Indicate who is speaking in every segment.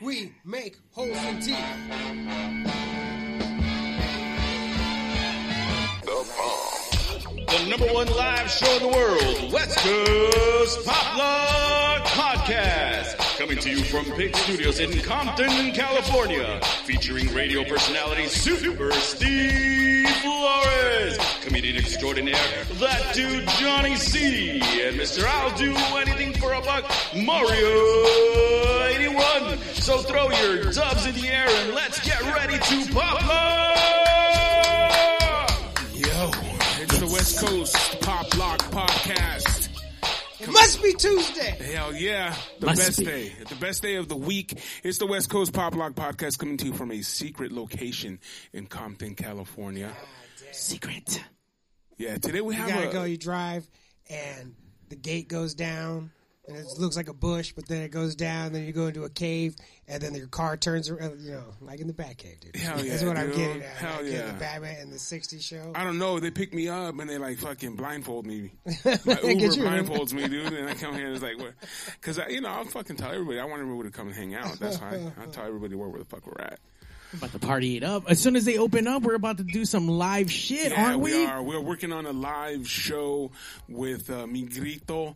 Speaker 1: We make holes in teeth.
Speaker 2: the number one live show in the world, West Coast Pop Lock Podcast. Coming to you from Pig Studios in Compton, California. Featuring radio personality Super Steve Flores, comedian extraordinaire, that dude Johnny C, and Mr. I'll Do Anything for a Buck, Mario 81. So throw your dubs in the air and let's get ready to pop lock!
Speaker 3: Yo, it's the West Coast Pop Lock Podcast.
Speaker 1: It must be Tuesday.
Speaker 3: Hell yeah, the
Speaker 4: Must
Speaker 3: best
Speaker 4: be.
Speaker 3: day, the best day of the week. It's the West Coast Pop Lock Podcast coming to you from a secret location in Compton, California.
Speaker 4: Secret.
Speaker 3: Yeah, today we
Speaker 1: You
Speaker 3: have
Speaker 1: gotta
Speaker 3: a
Speaker 1: go. You drive, and the gate goes down, and it looks like a bush, but then it goes down. Then you go into a cave, and then your car turns around. You know, like in the Bat Cave, dude.
Speaker 3: Hell
Speaker 1: That's
Speaker 3: yeah,
Speaker 1: what I'm
Speaker 3: dude.
Speaker 1: getting at.
Speaker 3: Hell
Speaker 1: like
Speaker 3: yeah.
Speaker 1: In the Batman and the '60s show.
Speaker 3: I don't know. They pick me up and they like fucking blindfold me. My
Speaker 1: They
Speaker 3: Uber
Speaker 1: get you, right?
Speaker 3: blindfolds me, dude. And I come here and it's like, what? Because I, you know, I'll fucking tell everybody. I want everybody to come and hang out. That's why I, I tell everybody where, where the fuck we're at.
Speaker 4: About to party it up. As soon as they open up, we're about to do some live shit,
Speaker 3: Yeah,
Speaker 4: aren't we?
Speaker 3: are. We're working on a live show with uh, Migrito.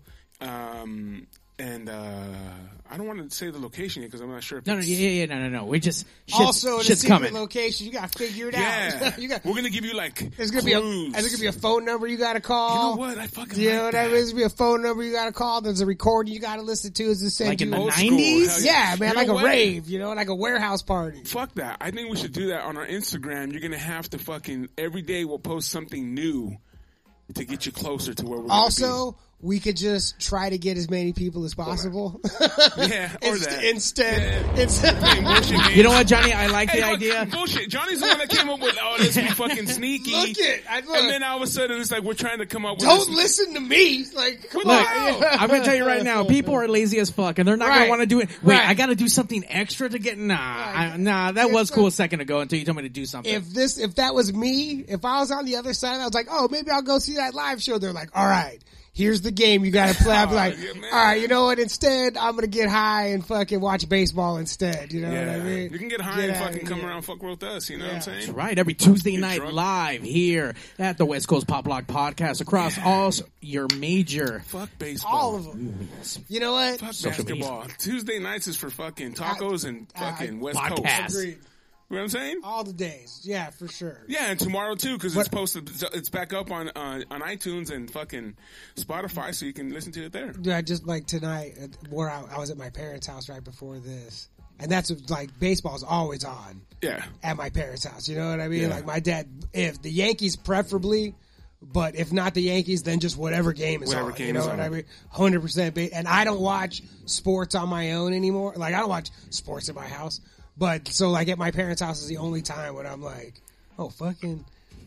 Speaker 3: Um, and uh, I don't want to say the location yet because I'm not sure. If
Speaker 4: No, no,
Speaker 3: it's-
Speaker 4: yeah, yeah, yeah, no, no, no. We're just shit's,
Speaker 1: also, in a
Speaker 4: shit's
Speaker 1: secret
Speaker 4: coming.
Speaker 1: location. You gotta figure it
Speaker 3: Yeah.
Speaker 1: out. you got.
Speaker 3: We're going to give you like.
Speaker 1: There's gonna be a.
Speaker 3: clues.
Speaker 1: There's gonna be a phone number you gotta
Speaker 3: You
Speaker 1: call.
Speaker 3: know what? I fucking
Speaker 1: You know
Speaker 3: like
Speaker 1: what I
Speaker 3: that.
Speaker 1: mean? There's gonna be a phone number you gotta call. There's a recording you gotta listen to. It's just send
Speaker 4: Like in
Speaker 1: you
Speaker 4: the
Speaker 3: Old school.
Speaker 4: 90s?
Speaker 3: Hell
Speaker 1: Yeah, man,
Speaker 3: You
Speaker 1: like
Speaker 3: know
Speaker 1: a
Speaker 3: what?
Speaker 1: rave, you know, like a warehouse party.
Speaker 3: Fuck that. I think we should do that on our Instagram. You're going to have to fucking. Every day we'll post something new to get you closer to where we're gonna
Speaker 1: Also, we could just try to get as many people as possible.
Speaker 3: be. Yeah, or
Speaker 1: Inst-
Speaker 3: that.
Speaker 1: Instead, it's
Speaker 3: Bullshit game.
Speaker 4: You know what, Johnny? I like
Speaker 3: Hey,
Speaker 4: the
Speaker 3: look,
Speaker 4: idea.
Speaker 3: Bullshit. Johnny's the one that came up with, oh, let's be fucking sneaky.
Speaker 1: Look it, I- look.
Speaker 3: And then all of a sudden, it's like we're trying to come up with.
Speaker 1: don't
Speaker 3: this-
Speaker 1: listen to me. Like, come
Speaker 4: Look,
Speaker 1: on.
Speaker 4: I'm gonna tell you right now, people are lazy as fuck, and they're not
Speaker 1: Right.
Speaker 4: gonna want to do it. Wait,
Speaker 1: Right.
Speaker 4: I gotta do something extra to get. Nah, I, nah, that
Speaker 1: If
Speaker 4: was cool
Speaker 1: the-
Speaker 4: a second ago until you told me to do something.
Speaker 1: If this, if that was me, if I was on the other side, I was like, oh, maybe I'll go see that live show. They're like, all right, here's the game you got to play. I'm like,
Speaker 3: Oh, yeah, man.
Speaker 1: all right, you know what? Instead, I'm gonna get high and fucking watch baseball instead. You know
Speaker 3: Yeah.
Speaker 1: what I mean?
Speaker 3: You can get high and
Speaker 1: out of
Speaker 3: fucking come
Speaker 1: here.
Speaker 3: around, fuck with us. You know what I'm
Speaker 1: Yeah.
Speaker 3: saying?
Speaker 4: Right, every Tuesday
Speaker 3: Get
Speaker 4: night
Speaker 3: drunk.
Speaker 4: live here at the West Coast Pop Lock Podcast across all s- your major
Speaker 3: Fuck baseball.
Speaker 1: All of them. You know what?
Speaker 3: Fuck
Speaker 4: Social
Speaker 3: basketball. Tuesday nights is for fucking tacos and
Speaker 1: I-
Speaker 3: fucking West
Speaker 4: Podcast.
Speaker 3: Coast.
Speaker 1: Agreed.
Speaker 3: You know what I'm saying?
Speaker 1: All the days. Yeah, for sure.
Speaker 3: Yeah, and tomorrow too because it's posted. It's back up on uh, on iTunes and fucking Spotify, so you can listen to it there.
Speaker 1: Yeah, just like tonight, uh, where I, I was at my parents' house right before this, and that's what, like baseball's always on
Speaker 3: Yeah,
Speaker 1: at my parents' house. You know what I mean? Like my dad, if the Yankees, preferably, but if not the Yankees, then just whatever game is
Speaker 3: Whatever
Speaker 1: on. you
Speaker 3: game
Speaker 1: know
Speaker 3: is
Speaker 1: what
Speaker 3: on.
Speaker 1: I mean? Hundred percent. And I don't watch sports on my own anymore. Like I don't watch sports in my house, but so like at my parents' house is the only time when I'm like, oh fucking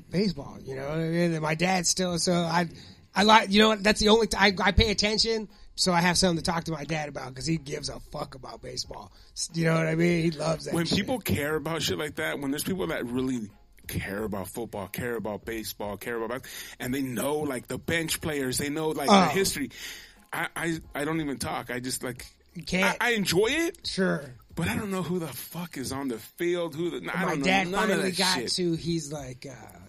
Speaker 1: baseball. You know what I mean? And my dad still. So I, I like you know what? That's the only time I pay attention. So I have something to talk to my dad about because he gives a fuck about baseball. You know what I mean? He loves that.
Speaker 3: when
Speaker 1: shit.
Speaker 3: people care about shit like that, when there's people that really care about football, care about baseball, care about, and they know like the bench players, they know like the
Speaker 1: Oh.
Speaker 3: history. I, I I don't even talk. I just like
Speaker 1: You can't.
Speaker 3: I, I enjoy it,
Speaker 1: sure.
Speaker 3: but I don't know who the fuck is on the field. Who the I
Speaker 1: my
Speaker 3: don't
Speaker 1: dad
Speaker 3: know none of
Speaker 1: finally
Speaker 3: that
Speaker 1: got
Speaker 3: shit.
Speaker 1: to he's like uh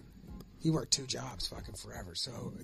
Speaker 1: he worked two jobs fucking forever so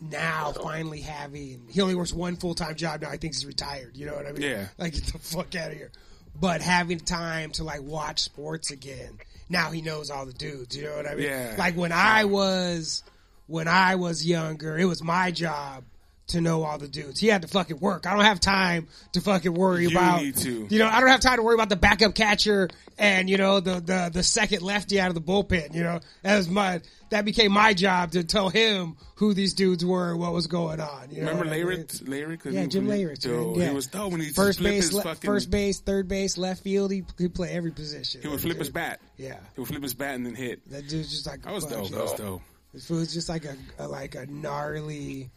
Speaker 1: now
Speaker 3: Oh.
Speaker 1: finally having he only works one full-time job now i think he's retired you know what i mean
Speaker 3: Yeah.
Speaker 1: like get the fuck out of here but having time to like watch sports again now he knows all the dudes you know what i mean
Speaker 3: Yeah.
Speaker 1: like when i was when i was younger it was my job to know all the dudes, he had to fucking work. I don't have time to fucking worry
Speaker 3: You
Speaker 1: about.
Speaker 3: need to.
Speaker 1: You know, I don't have time to worry about the backup catcher and you know the the the second lefty out of the bullpen. You know, that was my that became my job to tell him who these dudes were and what was going on. You know
Speaker 3: Remember
Speaker 1: what I mean?
Speaker 3: Layritz? Layritz?
Speaker 1: Yeah, Jim Layritz. man.
Speaker 3: Dude,
Speaker 1: Yeah.
Speaker 3: He was dope when he
Speaker 1: first
Speaker 3: flip
Speaker 1: base,
Speaker 3: his
Speaker 1: le-
Speaker 3: fucking,
Speaker 1: first base, third base, left field. He could play every position.
Speaker 3: He would flip his bat.
Speaker 1: Yeah.
Speaker 3: He would flip his bat and then hit.
Speaker 1: That dude's just like
Speaker 3: That was
Speaker 1: fuck,
Speaker 3: dope.
Speaker 1: yeah.
Speaker 3: That was dope.
Speaker 1: This fool's just like a, a like a gnarly,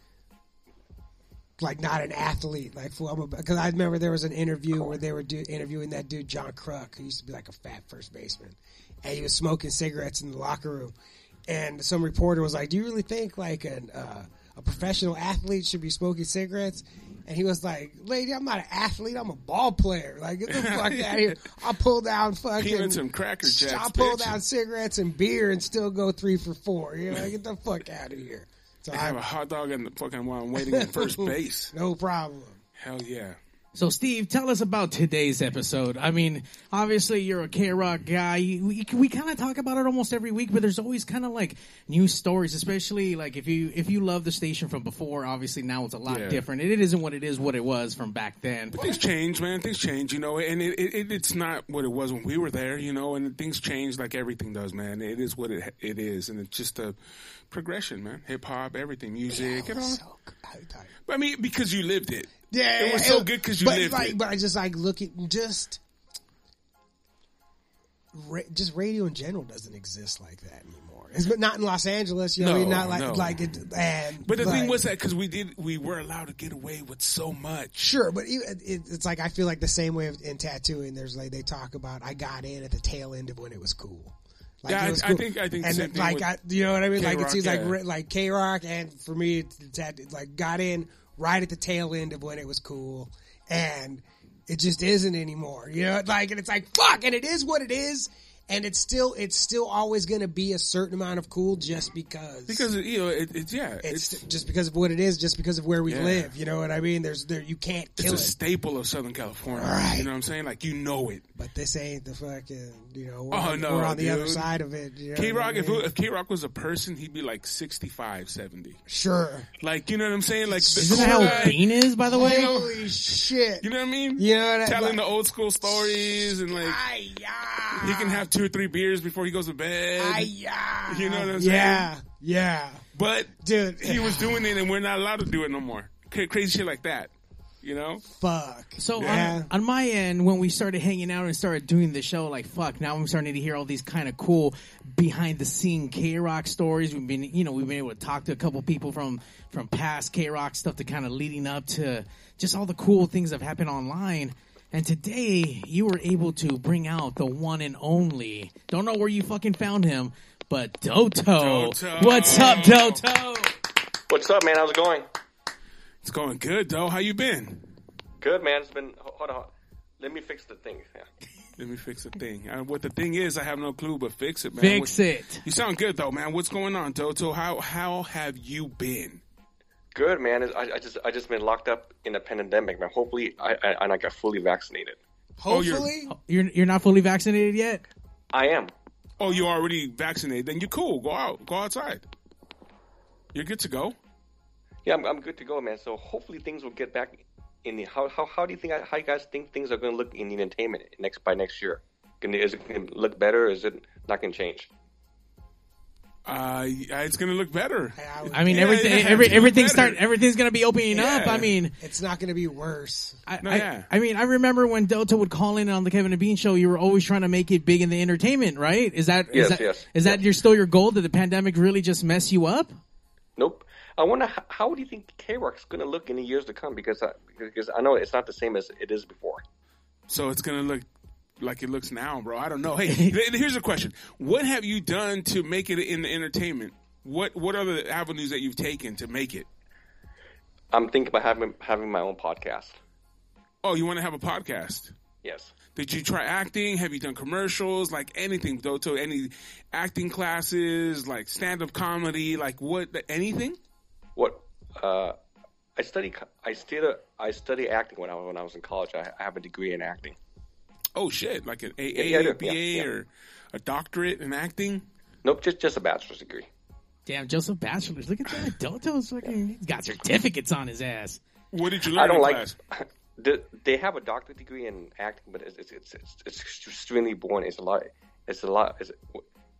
Speaker 1: like not an athlete. Like because I remember there was an interview where they were do, interviewing that dude John Kruk, who used to be like a fat first baseman, and he was smoking cigarettes in the locker room, and some reporter was like, "Do you really think like an uh, a professional athlete should be smoking cigarettes. And he was like, "Lady, I'm not an athlete. I'm a ball player. Like, get the fuck out of here. I'll pull down fucking
Speaker 3: Peanuts and Cracker Jacks,
Speaker 1: I'll pull
Speaker 3: bitch.
Speaker 1: down cigarettes and beer and still go three for four. You know, like, get the fuck out of here. So
Speaker 3: I have a hot dog in the fucking while I'm waiting at first base.
Speaker 1: no problem.
Speaker 3: Hell yeah.
Speaker 4: So, Steve, tell us about today's episode. I mean, obviously, you're a K Rock guy. We, we kind of talk about it almost every week, but there's always kind of like new stories, especially like if you if you love the station from before. Obviously, now it's a lot
Speaker 3: Yeah.
Speaker 4: different. It isn't what it is what it was from back then.
Speaker 3: Things change, man. Things change, you know, and it, it, it it's not what it was when we were there, you know, and things change like everything does, man. It is what it it is, and it's just a progression, man. Hip hop, everything, music, it all.
Speaker 1: So good. I- I-
Speaker 3: I mean, because you lived it.
Speaker 1: Yeah,
Speaker 3: it was so good because you
Speaker 1: but,
Speaker 3: lived
Speaker 1: like,
Speaker 3: it.
Speaker 1: But I just like look at just, ra- just radio in general doesn't exist like that anymore. It's, but not in Los Angeles, you know.
Speaker 3: No,
Speaker 1: you're not like
Speaker 3: no.
Speaker 1: like it. And,
Speaker 3: But the
Speaker 1: like,
Speaker 3: thing was that because we did, we were allowed to get away with so much.
Speaker 1: Sure, but you- it, it, it's like I feel like the same way in tattooing. There's like they talk about I got in at the tail end of when it was cool. Like,
Speaker 3: Yeah,
Speaker 1: it
Speaker 3: I-
Speaker 1: was
Speaker 3: I think- I think
Speaker 1: and
Speaker 3: same thing
Speaker 1: like
Speaker 3: with
Speaker 1: I, you know what I mean. like it
Speaker 3: K-Rock,
Speaker 1: seems like
Speaker 3: yeah.
Speaker 1: re- like K Rock, and for me, it's, it's at- it's like got in right at the tail end of when it was cool, and it just isn't anymore. You know, like and it's like fuck, and it is what it is, and it's still it's still always going to be a certain amount of cool just because
Speaker 3: Because you know, it, it yeah,
Speaker 1: it's,
Speaker 3: it's,
Speaker 1: just because of what it is, just because of where we
Speaker 3: Yeah.
Speaker 1: live. You know what I mean? There's there you can't
Speaker 3: it's
Speaker 1: kill
Speaker 3: a
Speaker 1: it.
Speaker 3: staple of Southern California.
Speaker 1: Right.
Speaker 3: You know what I'm saying? Like you know it.
Speaker 1: But this ain't the fucking, you know, we're,
Speaker 3: Oh,
Speaker 1: on,
Speaker 3: no,
Speaker 1: we're on the other
Speaker 3: dude.
Speaker 1: side of it. You know
Speaker 3: K
Speaker 1: what I
Speaker 3: Rock, if,
Speaker 1: mean?
Speaker 3: if K Rock was a person, he'd be like 65, 70.
Speaker 1: Sure.
Speaker 3: Like, you know what I'm saying? Like, the
Speaker 4: Isn't
Speaker 3: cool
Speaker 4: that how
Speaker 3: guy-
Speaker 4: Bean is, by the way?
Speaker 1: Holy shit.
Speaker 3: You know what I mean?
Speaker 1: You know what I-
Speaker 3: Telling
Speaker 1: like-
Speaker 3: the old school stories and like
Speaker 1: Ay-ya.
Speaker 3: he can have two or three beers before he goes to bed.
Speaker 1: Ay-ya.
Speaker 3: You know what I'm
Speaker 1: Yeah. Yeah.
Speaker 3: but
Speaker 1: Dude.
Speaker 3: he was doing it, and we're not allowed to do it no more. Cra- Crazy shit like that. You know?
Speaker 1: Fuck.
Speaker 4: So
Speaker 1: yeah.
Speaker 4: on, on my end, when we started hanging out and started doing the show, like fuck, now I'm starting to hear all these kind of cool behind the scene K Rock stories. We've been, you know, we've been able to talk to a couple people from from past K Rock stuff to kind of leading up to just all the cool things that have happened online. And today, you were able to bring out the one and only. Don't know where you fucking found him, but Doto.
Speaker 3: Doto.
Speaker 4: What's up, Doto?
Speaker 5: What's up, man? How's it going?
Speaker 3: It's going good though. How you been?
Speaker 5: Good, man. It's been. ho- Hold on. Let me fix the thing. Yeah.
Speaker 3: Let me fix the thing. Uh, what the thing is, I have no clue, but fix it, man.
Speaker 4: Fix
Speaker 3: What-
Speaker 4: it.
Speaker 3: You sound good though, man. What's going on, Toto? How how have you been?
Speaker 5: Good, man. It's- I, I just I just been locked up in a pandemic, man. Hopefully, I, I and I got fully vaccinated.
Speaker 3: Oh, you're-
Speaker 1: hopefully,
Speaker 4: You're you're not fully vaccinated yet.
Speaker 5: I am.
Speaker 3: Oh, you already vaccinated? Then you're cool. Go out. Go outside. You're good to go.
Speaker 5: Yeah, I'm, I'm good to go, man. So hopefully things will get back in the. How how how do you think? How you guys think things are going to look in the entertainment next by next year? Can- Is it going to look better? Or is it not going to change?
Speaker 3: Uh, yeah, it's gonna look better.
Speaker 1: I would-
Speaker 4: I mean,
Speaker 3: Yeah,
Speaker 4: everything,
Speaker 3: yeah,
Speaker 4: every,
Speaker 3: it's
Speaker 4: everything
Speaker 3: better.
Speaker 4: start, everything's gonna be opening up.
Speaker 3: Yeah.
Speaker 4: I mean,
Speaker 1: it's not going to be worse.
Speaker 4: I,
Speaker 3: No,
Speaker 4: I,
Speaker 3: yeah.
Speaker 4: I mean, I remember when Delta would call in on the Kevin and Bean show. You were always trying to make it big in the entertainment, right? Is that is
Speaker 5: Yes,
Speaker 4: that
Speaker 5: yes,
Speaker 4: is that
Speaker 5: yes.
Speaker 4: your still your goal? Did the pandemic really just mess you up?
Speaker 5: Nope. I wonder how, how do you think K Rock's going to look in the years to come? Because I, because I know it's not the same as it is before.
Speaker 3: So it's gonna look like it looks now, bro. I don't know. Hey, th- here's a question: What have you done to make it in the entertainment? What What are the avenues that you've taken to make it?
Speaker 5: I'm thinking about having having my own podcast.
Speaker 3: Oh, you want to have a podcast?
Speaker 5: Yes.
Speaker 3: Did you try acting? Have you done commercials? Like anything, Doto? Any acting classes? Like stand up comedy? Like what? Anything?
Speaker 5: What? Uh, I study. co- I study. I study acting when I was when I was in college. I, I have a degree in acting.
Speaker 3: Oh shit! Like an AA
Speaker 5: yeah, I do.
Speaker 3: or BA
Speaker 5: Yeah, yeah.
Speaker 3: or a doctorate in acting?
Speaker 5: Nope, just just a bachelor's degree.
Speaker 4: Damn, Joseph Bachelor, look at that. Delta's fucking, he's got certificates on his ass.
Speaker 3: What did you learn?
Speaker 5: I don't
Speaker 3: in
Speaker 5: like.
Speaker 3: class?
Speaker 5: They, they have a doctorate degree in acting, but it's it's it's, it's, it's extremely boring. It's a lot. It's a lot. It's,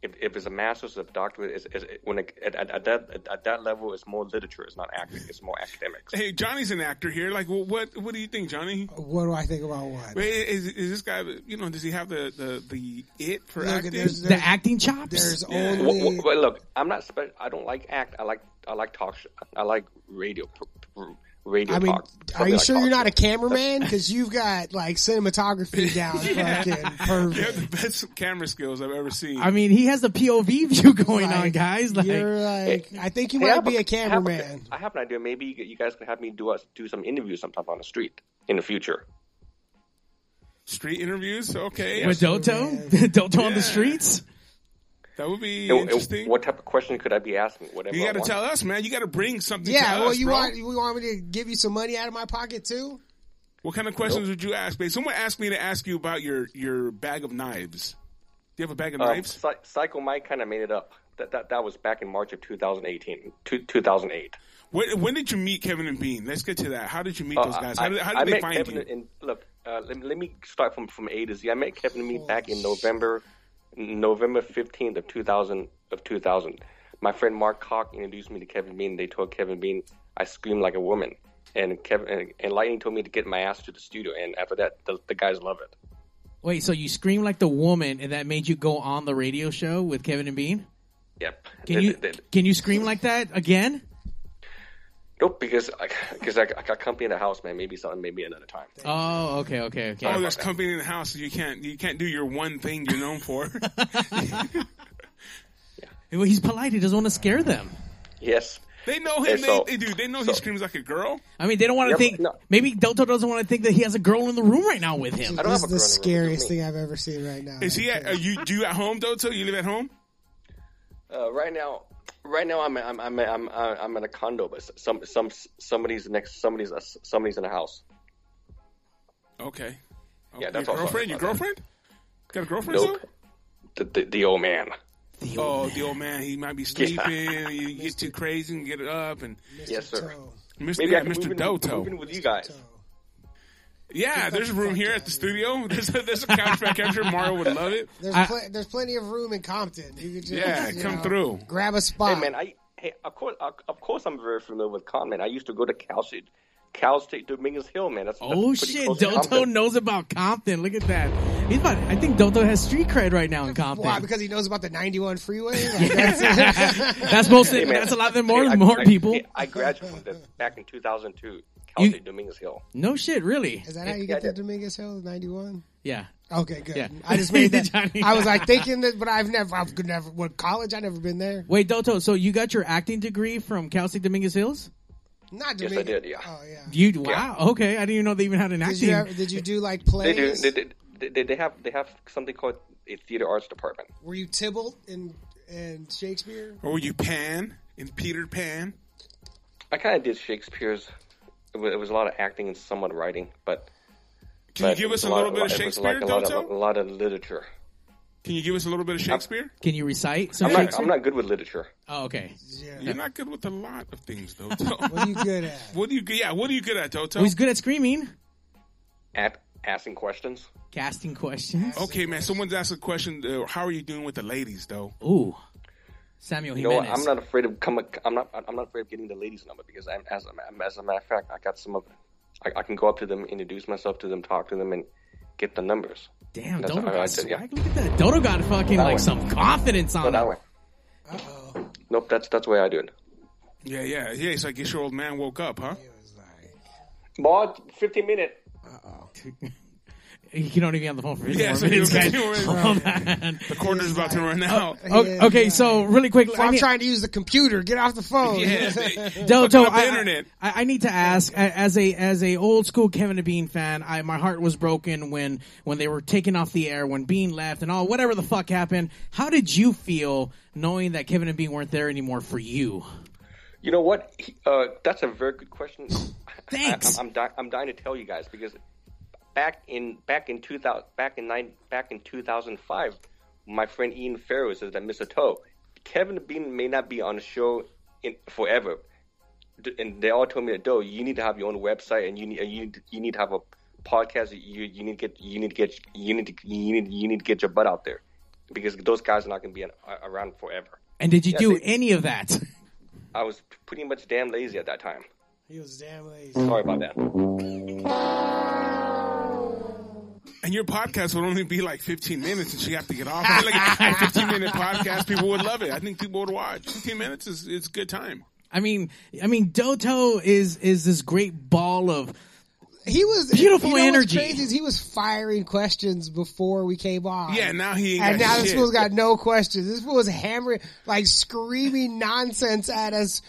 Speaker 5: if, if it's a master's or a doctorate, it's, it's, when it, at, at, at that at, at that level, it's more literature. It's not acting. It's more academics.
Speaker 3: Hey, Johnny's an actor here. Like, wh- what? What do you think, Johnny?
Speaker 1: What do I think about what?
Speaker 3: Wait, is, is this guy? You know, does he have the the, the it for
Speaker 1: Look,
Speaker 3: acting?
Speaker 1: there's,
Speaker 4: The
Speaker 1: there's,
Speaker 4: acting chops.
Speaker 1: there's
Speaker 5: Well,
Speaker 1: only
Speaker 5: well, well, look, I'm not. Spe- I don't like act. I like. I like talk. Sh- I like radio. Pr- pr- radio
Speaker 1: I mean,
Speaker 5: talk.
Speaker 1: are
Speaker 5: Something
Speaker 1: you
Speaker 5: like
Speaker 1: sure
Speaker 5: talk
Speaker 1: you're not a
Speaker 5: show.
Speaker 1: cameraman? Because you've got like cinematography down fucking
Speaker 3: You
Speaker 1: perfect.
Speaker 3: have the best camera skills I've ever seen.
Speaker 4: I mean, he has the POV view going on,
Speaker 1: Like,
Speaker 4: guys. Like,
Speaker 1: you're like, I think you
Speaker 5: Hey, I
Speaker 1: might
Speaker 5: have
Speaker 1: be a
Speaker 5: I have
Speaker 1: cameraman.
Speaker 5: I have an idea. Maybe you you guys could have me do us do some interviews sometime on the street in the future.
Speaker 3: Street interviews, okay,
Speaker 4: with Doto, Doto on the streets.
Speaker 3: that would be
Speaker 5: And- and
Speaker 3: interesting.
Speaker 5: What type of question could I be asking? Whatever.
Speaker 3: you
Speaker 5: got to
Speaker 3: tell us, man. You got to bring something.
Speaker 1: Yeah,
Speaker 3: to
Speaker 1: well,
Speaker 3: us,
Speaker 1: you
Speaker 3: bro.
Speaker 1: want you want me to give you some money out of my pocket too?
Speaker 3: What kind of questions would you ask? Babe? Someone asked me to ask you about your your bag of knives. Do you have a bag of
Speaker 5: Um,
Speaker 3: knives?
Speaker 5: Psy- Psycho Mike kind of made it up. That, that that was back in March of 2018, two, 2008.
Speaker 3: When, when did you meet Kevin and Bean? Let's get to that. How did you meet those
Speaker 5: Uh,
Speaker 3: guys? How did, how
Speaker 5: I
Speaker 3: did they
Speaker 5: met
Speaker 3: find
Speaker 5: Kevin
Speaker 3: you?
Speaker 5: In, look, uh, let, me- let me start from, from A to Z. I met Kevin and me back in November, November fifteenth of two thousand of two thousand. My friend Mark Cock introduced me to Kevin Bean. They told Kevin Bean I scream like a woman, and Kevin and, and Lightning told me to get my ass to the studio. And after that, the, the guys love it.
Speaker 4: Wait, so you scream like the woman, and that made you go on the radio show with Kevin and Bean?
Speaker 5: Yep.
Speaker 4: Can
Speaker 5: They-
Speaker 4: you
Speaker 5: they- they-
Speaker 4: can you scream like that again?
Speaker 5: nope, because I, because I, I got company in the house, man. Maybe something, maybe another time.
Speaker 4: Oh, okay, okay, okay.
Speaker 3: Oh, there's company in the house, so you can't you can't do your one thing you're known for.
Speaker 4: Well, He's polite. He doesn't want to scare them.
Speaker 5: Yes.
Speaker 3: they know him.
Speaker 5: And so-
Speaker 3: they, they do. They know
Speaker 5: so-
Speaker 3: he screams like a girl.
Speaker 4: I mean, they don't want to
Speaker 5: Yeah, but
Speaker 4: think.
Speaker 5: no.
Speaker 4: Maybe Doto doesn't want to think that he has a girl in the room right now with him.
Speaker 5: I don't
Speaker 1: This is the
Speaker 5: have a girl in the room, it's
Speaker 1: scariest
Speaker 5: me.
Speaker 1: thing I've ever seen right now.
Speaker 3: Is he? At, are you do you at home, Doto? You live at home?
Speaker 5: Uh, right now, right now I'm I'm I'm I'm I'm in a condo, but some some somebody's next somebody's somebody's in a house.
Speaker 3: Okay.
Speaker 5: Yeah,
Speaker 3: Your
Speaker 5: that's all.
Speaker 3: girlfriend? Your
Speaker 5: Sorry about
Speaker 3: girlfriend? Got a girlfriend?
Speaker 5: Nope.
Speaker 3: still?
Speaker 5: The, the the old man.
Speaker 4: The old
Speaker 3: Oh,
Speaker 4: man.
Speaker 3: the old man. He might be sleeping. You get too crazy and get it up and
Speaker 5: Yes, sir.
Speaker 1: So,
Speaker 3: Mr.
Speaker 5: Maybe
Speaker 3: yeah,
Speaker 5: I can move
Speaker 3: Mr.
Speaker 5: in,
Speaker 3: Doto.
Speaker 5: move in with you guys.
Speaker 3: Yeah, there's a room here at the studio. There's a, there's a couch back here. Mario would love it.
Speaker 1: there's
Speaker 4: I-
Speaker 1: pl- there's plenty of room in Compton. You could just
Speaker 3: Yeah,
Speaker 1: you
Speaker 3: come
Speaker 1: know,
Speaker 3: through.
Speaker 1: Grab a spot.
Speaker 5: Hey man, I hey of course of course I'm very familiar with Con man. I used to go to Cal State, Cal State Dominguez Hill man. That's, that's
Speaker 4: Oh
Speaker 5: pretty
Speaker 4: shit,
Speaker 5: close to
Speaker 4: Doto
Speaker 5: Compton.
Speaker 4: knows about Compton. Look at that. He's about, I think Doto has street cred right now in Compton.
Speaker 1: Why? Because he knows about the 91 freeway. Like, that's-
Speaker 4: that's most.
Speaker 5: Hey, man,
Speaker 4: that's a lot
Speaker 5: hey,
Speaker 4: than more
Speaker 5: I-
Speaker 4: more
Speaker 5: I-
Speaker 4: people.
Speaker 5: hey, I graduated from the- back in 2002. Cal
Speaker 4: You-
Speaker 5: State Dominguez Hill.
Speaker 4: no shit, really.
Speaker 1: is that how you
Speaker 5: Yeah,
Speaker 1: get to
Speaker 5: that-
Speaker 1: Dominguez Hill 91?
Speaker 4: Yeah.
Speaker 1: Okay, good.
Speaker 4: Yeah.
Speaker 1: I just made that.
Speaker 4: Johnny.
Speaker 1: I was like thinking that, but I've never, I've never, what college? I've never been there.
Speaker 4: Wait, Doto. So you got your acting degree from Cal State Dominguez Hills?
Speaker 1: Not
Speaker 5: Yes, I
Speaker 1: Dominguez.
Speaker 5: did, yeah.
Speaker 1: Oh yeah.
Speaker 4: You wow. Okay, I didn't even know they even had an
Speaker 1: Did
Speaker 4: acting.
Speaker 1: you ever, did you do like
Speaker 5: They
Speaker 1: plays?
Speaker 5: do. They, they, they, they have they have something called a theater arts department.
Speaker 1: Were you Tybalt and and Shakespeare?
Speaker 3: Or were Oh, you Pan and Peter Pan?
Speaker 5: I kind of did Shakespeare's. It was, it was a lot of acting and somewhat writing, but
Speaker 3: Can
Speaker 5: but
Speaker 3: you give
Speaker 5: it
Speaker 3: us
Speaker 5: was
Speaker 3: a
Speaker 5: lot-
Speaker 3: little bit of
Speaker 5: it was
Speaker 3: Shakespeare,
Speaker 5: like a lot of, a
Speaker 3: Doto?
Speaker 5: lot of literature.
Speaker 3: Can you give us a little bit of Shakespeare?
Speaker 4: Can you recite some
Speaker 5: I'm not,
Speaker 4: Shakespeare?
Speaker 5: I'm not good with literature.
Speaker 4: Oh, okay.
Speaker 1: Yeah.
Speaker 3: You're not good with a lot of things, Doto.
Speaker 1: What are you good at?
Speaker 3: what do you? Yeah, what are you good at, Doto?
Speaker 4: Oh, he's good at screaming.
Speaker 5: At asking questions.
Speaker 4: Casting questions.
Speaker 3: Okay, man. Someone's asked a question. Uh, how are you doing with the ladies, though?
Speaker 4: Ooh. Samuel
Speaker 5: You know, what?
Speaker 4: Jimenez.
Speaker 5: I'm not afraid of come. I'm not. I'm not afraid of getting the ladies' number because I'm, as a, as a matter of fact, I got some of. I, I can go up to them, introduce myself to them, talk to them, and get the numbers.
Speaker 4: Damn,
Speaker 5: That's
Speaker 4: Dodo
Speaker 5: what I
Speaker 4: got
Speaker 5: said, yeah.
Speaker 4: swag. Look at that. Dodo got fucking like
Speaker 5: way.
Speaker 4: some confidence on
Speaker 5: But
Speaker 4: him.
Speaker 5: that way.
Speaker 1: Uh oh.
Speaker 5: Nope. That's that's the way I do it.
Speaker 3: Yeah, yeah, yeah. It's like guess your old man woke up, huh?
Speaker 5: Maud, 15 minute.
Speaker 4: He can only be on the phone for
Speaker 3: Yeah,
Speaker 4: yeah,
Speaker 3: so
Speaker 4: more minutes,
Speaker 3: he-
Speaker 4: guys.
Speaker 3: he was-
Speaker 4: Hold on.
Speaker 3: The corner's about to run out.
Speaker 4: O- okay, so really quick,
Speaker 1: So
Speaker 4: I
Speaker 1: I'm
Speaker 4: need,
Speaker 1: trying to use the computer. Get off the phone.
Speaker 3: Yeah, they-
Speaker 4: Dodo,
Speaker 3: up the
Speaker 4: I,
Speaker 3: internet.
Speaker 4: I, I need to ask a- as a as a old school Kevin and Bean fan. I my heart was broken when when they were taken off the air when Bean left and all whatever the fuck happened. How did you feel knowing that Kevin and Bean weren't there anymore for you?
Speaker 5: You know what? He- Uh, that's a very good question.
Speaker 4: Thanks.
Speaker 5: I, I'm, I'm, dy- I'm dying to tell you guys because back in back in 2000 back in nine back in 2005, my friend Ian Farrow says that Mr. Toe, Kevin Bean may not be on the show in forever, D- and they all told me that Doe, you need to have your own website and you need and you need- you need to have a podcast. You you need to get you need to get you need to you need you need to get your butt out there because those guys are not going to be an, around forever.
Speaker 4: And did you do
Speaker 5: they-
Speaker 4: any of that?
Speaker 5: I was pretty much damn lazy at that time.
Speaker 1: He was damn lazy.
Speaker 5: Sorry about that.
Speaker 3: And your podcast would only be like 15 minutes, and you have to get off. I feel like a 15 minute podcast, people would love it. I think people would watch. 15 minutes is it's good time.
Speaker 4: I mean, I mean, Doto is is this great ball of
Speaker 1: He was
Speaker 4: Beautiful
Speaker 1: you know what's
Speaker 4: energy.
Speaker 1: crazy is he was firing questions before we came on.
Speaker 3: Yeah, now he ain't
Speaker 1: and
Speaker 3: got
Speaker 1: now
Speaker 3: shit.
Speaker 1: this fool's got no questions. This fool was hammering, like screaming nonsense at us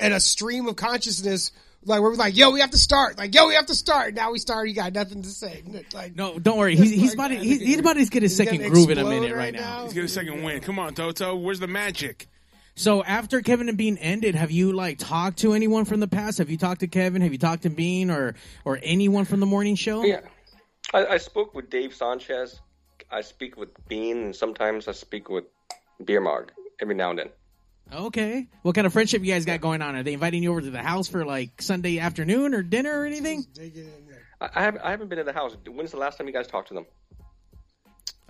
Speaker 1: in a stream of consciousness. Like we're like, yo, we have to start. Like, yo, we have to start. Now we start. He got nothing to say. Like,
Speaker 4: no. Don't worry, he's
Speaker 1: Just
Speaker 4: he's
Speaker 1: like
Speaker 4: about to,
Speaker 1: that.
Speaker 4: he's, he's about to get his
Speaker 1: He's gonna
Speaker 4: second groove in a
Speaker 1: explode
Speaker 4: minute
Speaker 1: right
Speaker 4: right
Speaker 1: now.
Speaker 4: now.
Speaker 3: Let's get a second win. Come on, Toto. Where's the magic?
Speaker 4: So after Kevin and Bean ended, have you like talked to anyone from the past? Have you talked to Kevin? Have you talked to Bean or or anyone from the morning show?
Speaker 5: Yeah, I, I spoke with Dave Sanchez. I speak with Bean, and sometimes I speak with Beer Mog every now and then.
Speaker 4: Okay. What kind of friendship you guys got going on? Are they inviting you over to the house for like Sunday afternoon or dinner or anything?
Speaker 5: I, I haven't I haven't been in the house. When's the last time you guys talked to them?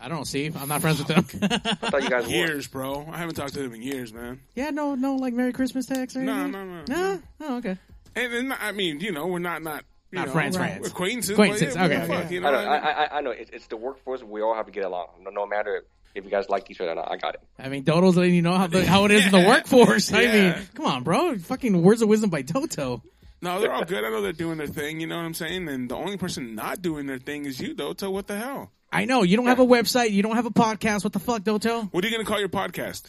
Speaker 4: I don't see. I'm not friends with them.
Speaker 5: I thought you guys were.
Speaker 3: Years, bro. I haven't talked to him in years, man.
Speaker 4: yeah, no, no, like Merry Christmas text or
Speaker 3: No,
Speaker 4: anything.
Speaker 3: no, no,
Speaker 4: no. Oh, okay.
Speaker 3: And, and I mean, you know, we're not not you
Speaker 4: Not
Speaker 3: know,
Speaker 4: friends,
Speaker 3: we're
Speaker 4: friends.
Speaker 3: acquaintances.
Speaker 4: Acquaintances,
Speaker 3: but yeah,
Speaker 4: okay,
Speaker 3: what the
Speaker 4: okay.
Speaker 3: fuck, you know
Speaker 5: I know.
Speaker 3: what I
Speaker 5: I,
Speaker 3: mean?
Speaker 5: I, I know. It's, it's the workforce. We all have to get along, no, no matter if, if you guys like each other or not. I got it.
Speaker 4: I mean, Dodo's letting you know how the, how it is in the workforce. I mean,
Speaker 3: Yeah.
Speaker 4: come on, bro. Fucking words of wisdom by Toto.
Speaker 3: No, they're all good. I know they're doing their thing. You know what I'm saying? And the only person not doing their thing is you, though. So what the hell?
Speaker 4: I know you don't have a website, you don't have a podcast. What the fuck, Doto?
Speaker 3: What are you going to call your podcast?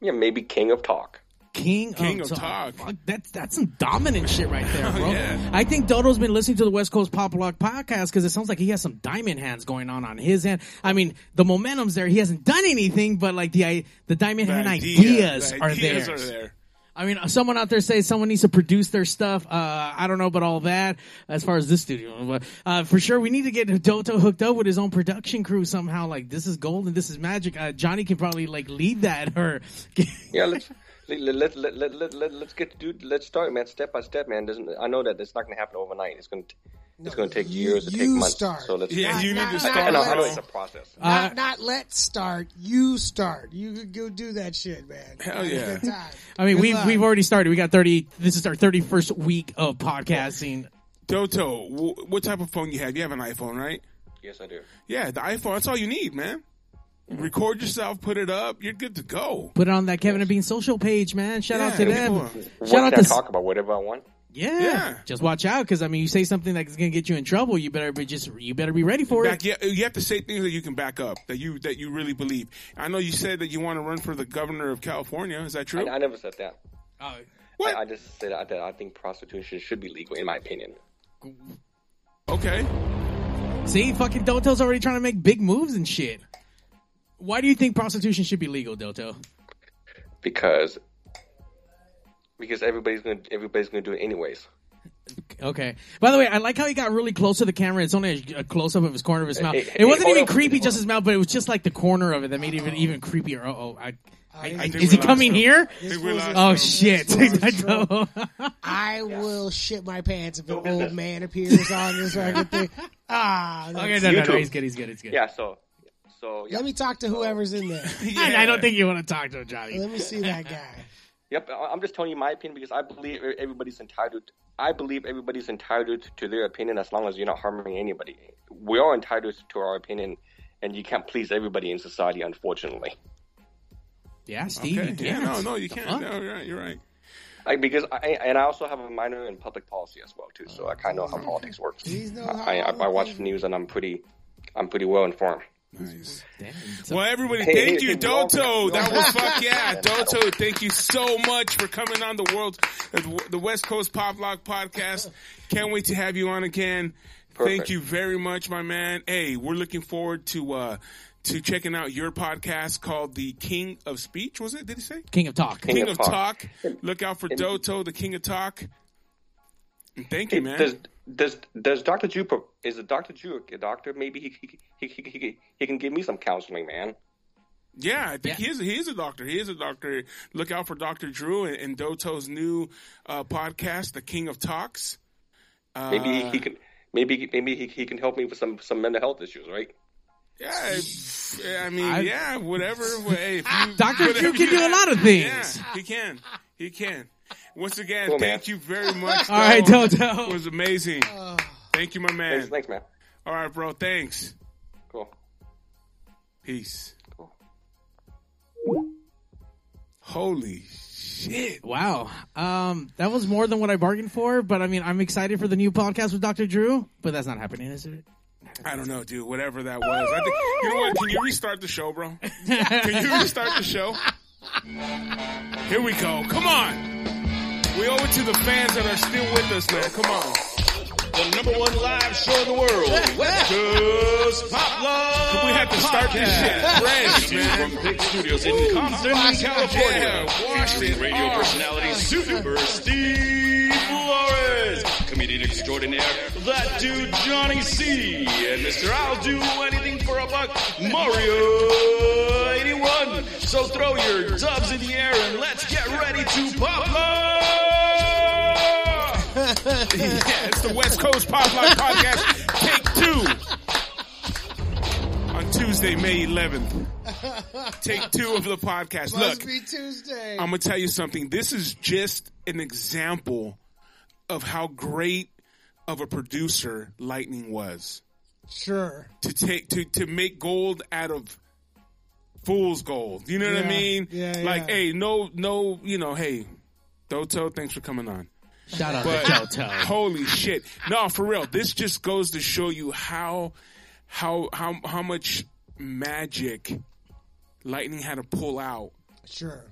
Speaker 5: Yeah, maybe King of Talk.
Speaker 4: King,
Speaker 3: King of
Speaker 4: so-
Speaker 3: talk.
Speaker 4: Fuck, that's that's some dominant shit right there, bro.
Speaker 3: yeah.
Speaker 4: I think Dodo's been listening to the West Coast Pop Rock podcast because it sounds like he has some diamond hands going on on his end. I mean, the momentum's there. He hasn't done anything, but like the i- the diamond hand ideas,
Speaker 3: the
Speaker 4: are,
Speaker 3: ideas
Speaker 4: there.
Speaker 3: are there.
Speaker 4: I mean, someone out there says someone needs to produce their stuff. Uh, I don't know about all that as far as this studio, but uh, for sure we need to get Doto hooked up with his own production crew somehow. Like this is gold and this is magic. Uh, Johnny can probably like lead that or. Uh,
Speaker 5: Yeah, let's let, let, let, let, let, let, let's get to do. Let's start, man. Step by step, man. Doesn't I know that it's not going to happen overnight. It's going to it's going to take
Speaker 1: you-
Speaker 5: years. It take
Speaker 1: you
Speaker 5: months.
Speaker 1: start.
Speaker 5: So let's.
Speaker 3: Yeah, you
Speaker 1: not-
Speaker 3: need to
Speaker 1: not-
Speaker 3: start.
Speaker 5: I know, I know
Speaker 3: bro.
Speaker 5: it's a process.
Speaker 1: not, not let's start. You start. You could go do that shit, man.
Speaker 3: Hell yeah.
Speaker 1: Good time.
Speaker 4: I mean,
Speaker 1: Good
Speaker 4: we've
Speaker 1: luck.
Speaker 4: we've already started. We got thirty. This is our thirty first week of podcasting.
Speaker 3: Doto, wh- what type of phone you have? You have an iPhone, right?
Speaker 5: Yes, I do.
Speaker 3: Yeah, the iPhone. That's all you need, man. Record yourself, put it up. You're good to go.
Speaker 4: Put it on that Kevin and Bean social page, man. Shout out to
Speaker 3: Yeah,
Speaker 4: them.
Speaker 3: people-
Speaker 5: What
Speaker 4: Shout
Speaker 5: can
Speaker 4: out
Speaker 5: I
Speaker 4: to
Speaker 5: talk about? Whatever I want.
Speaker 4: yeah.
Speaker 3: Yeah.
Speaker 4: Just watch out because I mean, you say something that's gonna get you in trouble. You better be just you better be ready for it.
Speaker 3: Back, you, you have to say things that you can back up that you that you really believe. I know you said that you want to run for the governor of California. Is that
Speaker 5: I,
Speaker 3: true?
Speaker 5: I never said that.
Speaker 4: Uh,
Speaker 5: I,
Speaker 3: what?
Speaker 5: I just said that I think prostitution should be legal, in my opinion.
Speaker 3: okay.
Speaker 4: see, fucking Doto's already trying to make big moves and shit. Why do you think prostitution should be legal, Doto?
Speaker 5: because because everybody's gonna everybody's gonna do it anyways.
Speaker 4: Okay. By the way, I like how he got really close to the camera. It's only a, a close up of his corner of his mouth.
Speaker 5: hey,
Speaker 4: It wasn't
Speaker 5: hey,
Speaker 4: even
Speaker 5: hold on.
Speaker 4: creepy, just his mouth, but it was just like the corner of it that made it even even creepier. Oh, I, I,
Speaker 1: I
Speaker 4: I,
Speaker 1: think
Speaker 3: we
Speaker 4: is he
Speaker 3: lost
Speaker 4: coming
Speaker 3: him.
Speaker 4: here?
Speaker 3: Think we lost
Speaker 4: Oh
Speaker 3: him.
Speaker 4: shit! I don't-
Speaker 1: I will shit my pants if an old man appears on this fucking thing. Ah, that's-
Speaker 4: okay, no, no, no,
Speaker 5: YouTube.
Speaker 4: he's good. He's good. He's good.
Speaker 5: Yeah. So so yeah.
Speaker 1: let me talk to whoever's in there.
Speaker 4: I, I don't think you want to talk to him, Johnny.
Speaker 1: Let me see that guy.
Speaker 5: Yep. I- I'm just telling you my opinion because I believe e, everybody's entitled. I believe everybody's entitled to their opinion as long as you're not harming anybody. We are entitled to our opinion, and you can't please everybody in society, unfortunately.
Speaker 4: Yeah, Steve.
Speaker 3: Okay.
Speaker 4: You
Speaker 3: Yeah.
Speaker 4: can't.
Speaker 3: No. No. You
Speaker 4: The
Speaker 3: can't.
Speaker 4: fuck?
Speaker 3: No. You're right. You're right.
Speaker 5: I, because I and I also have a minor in public policy as well too, so I kind of know how politics works.
Speaker 1: These know how
Speaker 5: I, I, I watch the news and I'm pretty I'm pretty well informed.
Speaker 3: Nice.
Speaker 4: Damn. So-
Speaker 3: Well, everybody,
Speaker 5: Hey,
Speaker 3: thank
Speaker 5: hey,
Speaker 3: you,
Speaker 5: hey, we all
Speaker 3: Doto.
Speaker 5: got-
Speaker 3: That was fuck yeah,
Speaker 5: Yeah,
Speaker 3: Doto. Thank you so much for coming on the world, uh, the West Coast Pop Lock podcast. Can't wait to have you on again. Thank
Speaker 5: Perfect.
Speaker 3: you very much, my man. Hey, we're looking forward to uh to checking out your podcast called The King of Speech. Was it? Did he say
Speaker 4: King of Talk.
Speaker 5: King
Speaker 3: King of
Speaker 5: of
Speaker 3: Talk? Look out for Doto, the King of Talk. And Thank you,
Speaker 5: Does
Speaker 3: man.
Speaker 5: does does Doctor Jew pro- is a Doctor Jew a doctor? Maybe he he, he, he, he he can give me some counseling, man.
Speaker 3: Yeah, I think
Speaker 4: Yeah.
Speaker 3: he is. He is a doctor. He is a doctor. Look out for Doctor Drew and, and Doto's new uh, podcast, The King of Talks. Uh,
Speaker 5: Maybe he, he can maybe maybe he, he can help me with some some mental health issues, right?
Speaker 3: Yeah, if- I mean,
Speaker 4: I- Ah,
Speaker 3: yeah, whatever. Hey, if you-
Speaker 4: Dr.
Speaker 3: whatever
Speaker 4: Drew can
Speaker 3: you
Speaker 4: do a
Speaker 3: have.
Speaker 4: lot of things.
Speaker 3: Yeah, he can. He can. Once again,
Speaker 5: Cool, man.
Speaker 3: thank you very much.
Speaker 4: All right,
Speaker 3: though.
Speaker 4: Doto.
Speaker 3: It was amazing. Thank you, my
Speaker 5: Thanks,
Speaker 3: man.
Speaker 5: thanks, man.
Speaker 3: All right, bro. Thanks.
Speaker 5: Cool.
Speaker 3: Peace.
Speaker 5: Cool.
Speaker 3: Holy Shit.
Speaker 4: Wow. Um, that was more than what I bargained for, but I mean, I'm excited for the new podcast with Dr. Drew, but that's not happening, is it?
Speaker 3: I don't know, dude. Whatever that was. I think you know what? Can you restart the show, bro? Can you restart the show? Here we go. Come on. We owe it to the fans that are still with us, man. Come on.
Speaker 2: The number one live show in the world, West Coast Pop Love.
Speaker 3: We had to start this shit fresh, man.
Speaker 2: From Big Studios in Compton, California,
Speaker 3: Yeah,
Speaker 2: featuring
Speaker 3: Washington. Oh.
Speaker 2: radio personality Super Steve Flores, comedian extraordinaire, that dude Johnny C, and Mr. I'll do anything for a buck, Mario 81. So throw your dubs in the air and let's get ready to pop love!
Speaker 3: Yeah, it's the West Coast Pop Life Podcast, take two. On Tuesday, May 11th. Take two of the podcast.
Speaker 1: Must
Speaker 3: Look,
Speaker 1: be Tuesday.
Speaker 3: I'm gonna tell you something. This is just an example of how great of a producer Lightning was
Speaker 1: sure.
Speaker 3: to take to to make gold out of fool's gold. You know what I
Speaker 1: Yeah.
Speaker 3: mean?
Speaker 1: Yeah,
Speaker 3: like,
Speaker 1: yeah.
Speaker 3: hey, no, no, you know, hey, Doto, thanks for coming on.
Speaker 4: Shout out
Speaker 3: But
Speaker 4: to Toto.
Speaker 3: holy shit! No, for real. This just goes to show you how how how how much magic Lightning had to pull out
Speaker 1: Sure.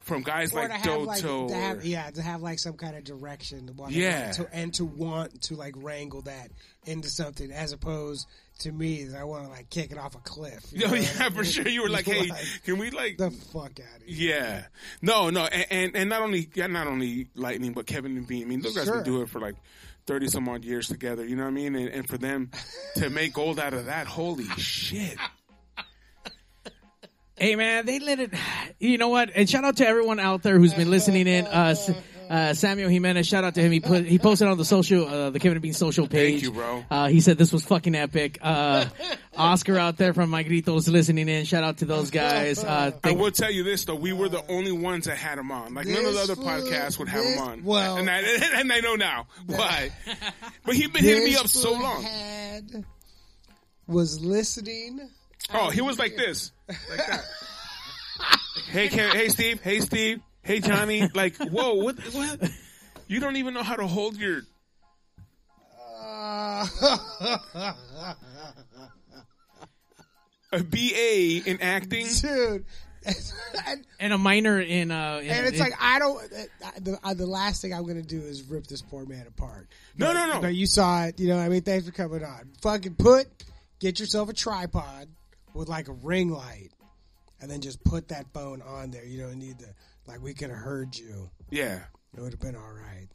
Speaker 3: from guys
Speaker 1: Or
Speaker 3: like
Speaker 1: to have
Speaker 3: Doto.
Speaker 1: like to
Speaker 3: or-
Speaker 1: have, yeah to have like some kind of direction to want
Speaker 3: Yeah.
Speaker 1: to, and to want to like wrangle that into something as opposed to me that I want to like kick it off a cliff. you
Speaker 3: Oh
Speaker 1: know?
Speaker 3: yeah, for sure. You were like, "Hey,
Speaker 1: Like,
Speaker 3: can we like?"
Speaker 1: the fuck out of here.
Speaker 3: Yeah, no, no, and, and and not only yeah, not only Lightning, but Kevin and Bean. I mean, those guys
Speaker 1: Sure.
Speaker 3: been doing it for like thirty some odd years together. You know what I mean? And, and for them to make gold out of that, holy shit!
Speaker 4: Hey man, they let it. You know what? And shout out to everyone out there who's been listening in. Uh, S- uh, Samuel Jimenez, shout out to him. He put he posted on the social, uh, the Kevin and Bean social page.
Speaker 3: you, bro.
Speaker 4: Uh, he said this was fucking epic. Uh, Oscar out there from Magrito's listening in. Shout out to those guys. Uh,
Speaker 3: I
Speaker 4: thank-
Speaker 3: will tell you this though, we were the only ones that had him on. Like none of the
Speaker 1: This
Speaker 3: other
Speaker 1: fool-
Speaker 3: podcasts would have him
Speaker 1: this-
Speaker 3: on.
Speaker 1: well-
Speaker 3: and I, and I know now why. But he's been hitting me up so
Speaker 1: This
Speaker 3: long.
Speaker 1: had- was listening.
Speaker 3: Oh, he was like this. Like that. hey, Kevin. Hey, Steve. Hey, Steve. Hey, Johnny. Like, whoa, what? What? You don't even know how to hold your.
Speaker 1: Uh,
Speaker 3: A BA in acting.
Speaker 1: dude. and,
Speaker 4: and a minor in. Uh, in
Speaker 1: and it's
Speaker 4: in-
Speaker 1: like I don't. The, the last thing I'm gonna do is rip this poor man apart.
Speaker 3: No, no,
Speaker 1: But
Speaker 3: no.
Speaker 1: you saw it, you know. what I mean, thanks for coming on. Fucking put, get yourself a tripod with like a ring light, and then just put that phone on there. You don't need to. Like we could have heard you.
Speaker 3: Yeah.
Speaker 1: It would have been all right.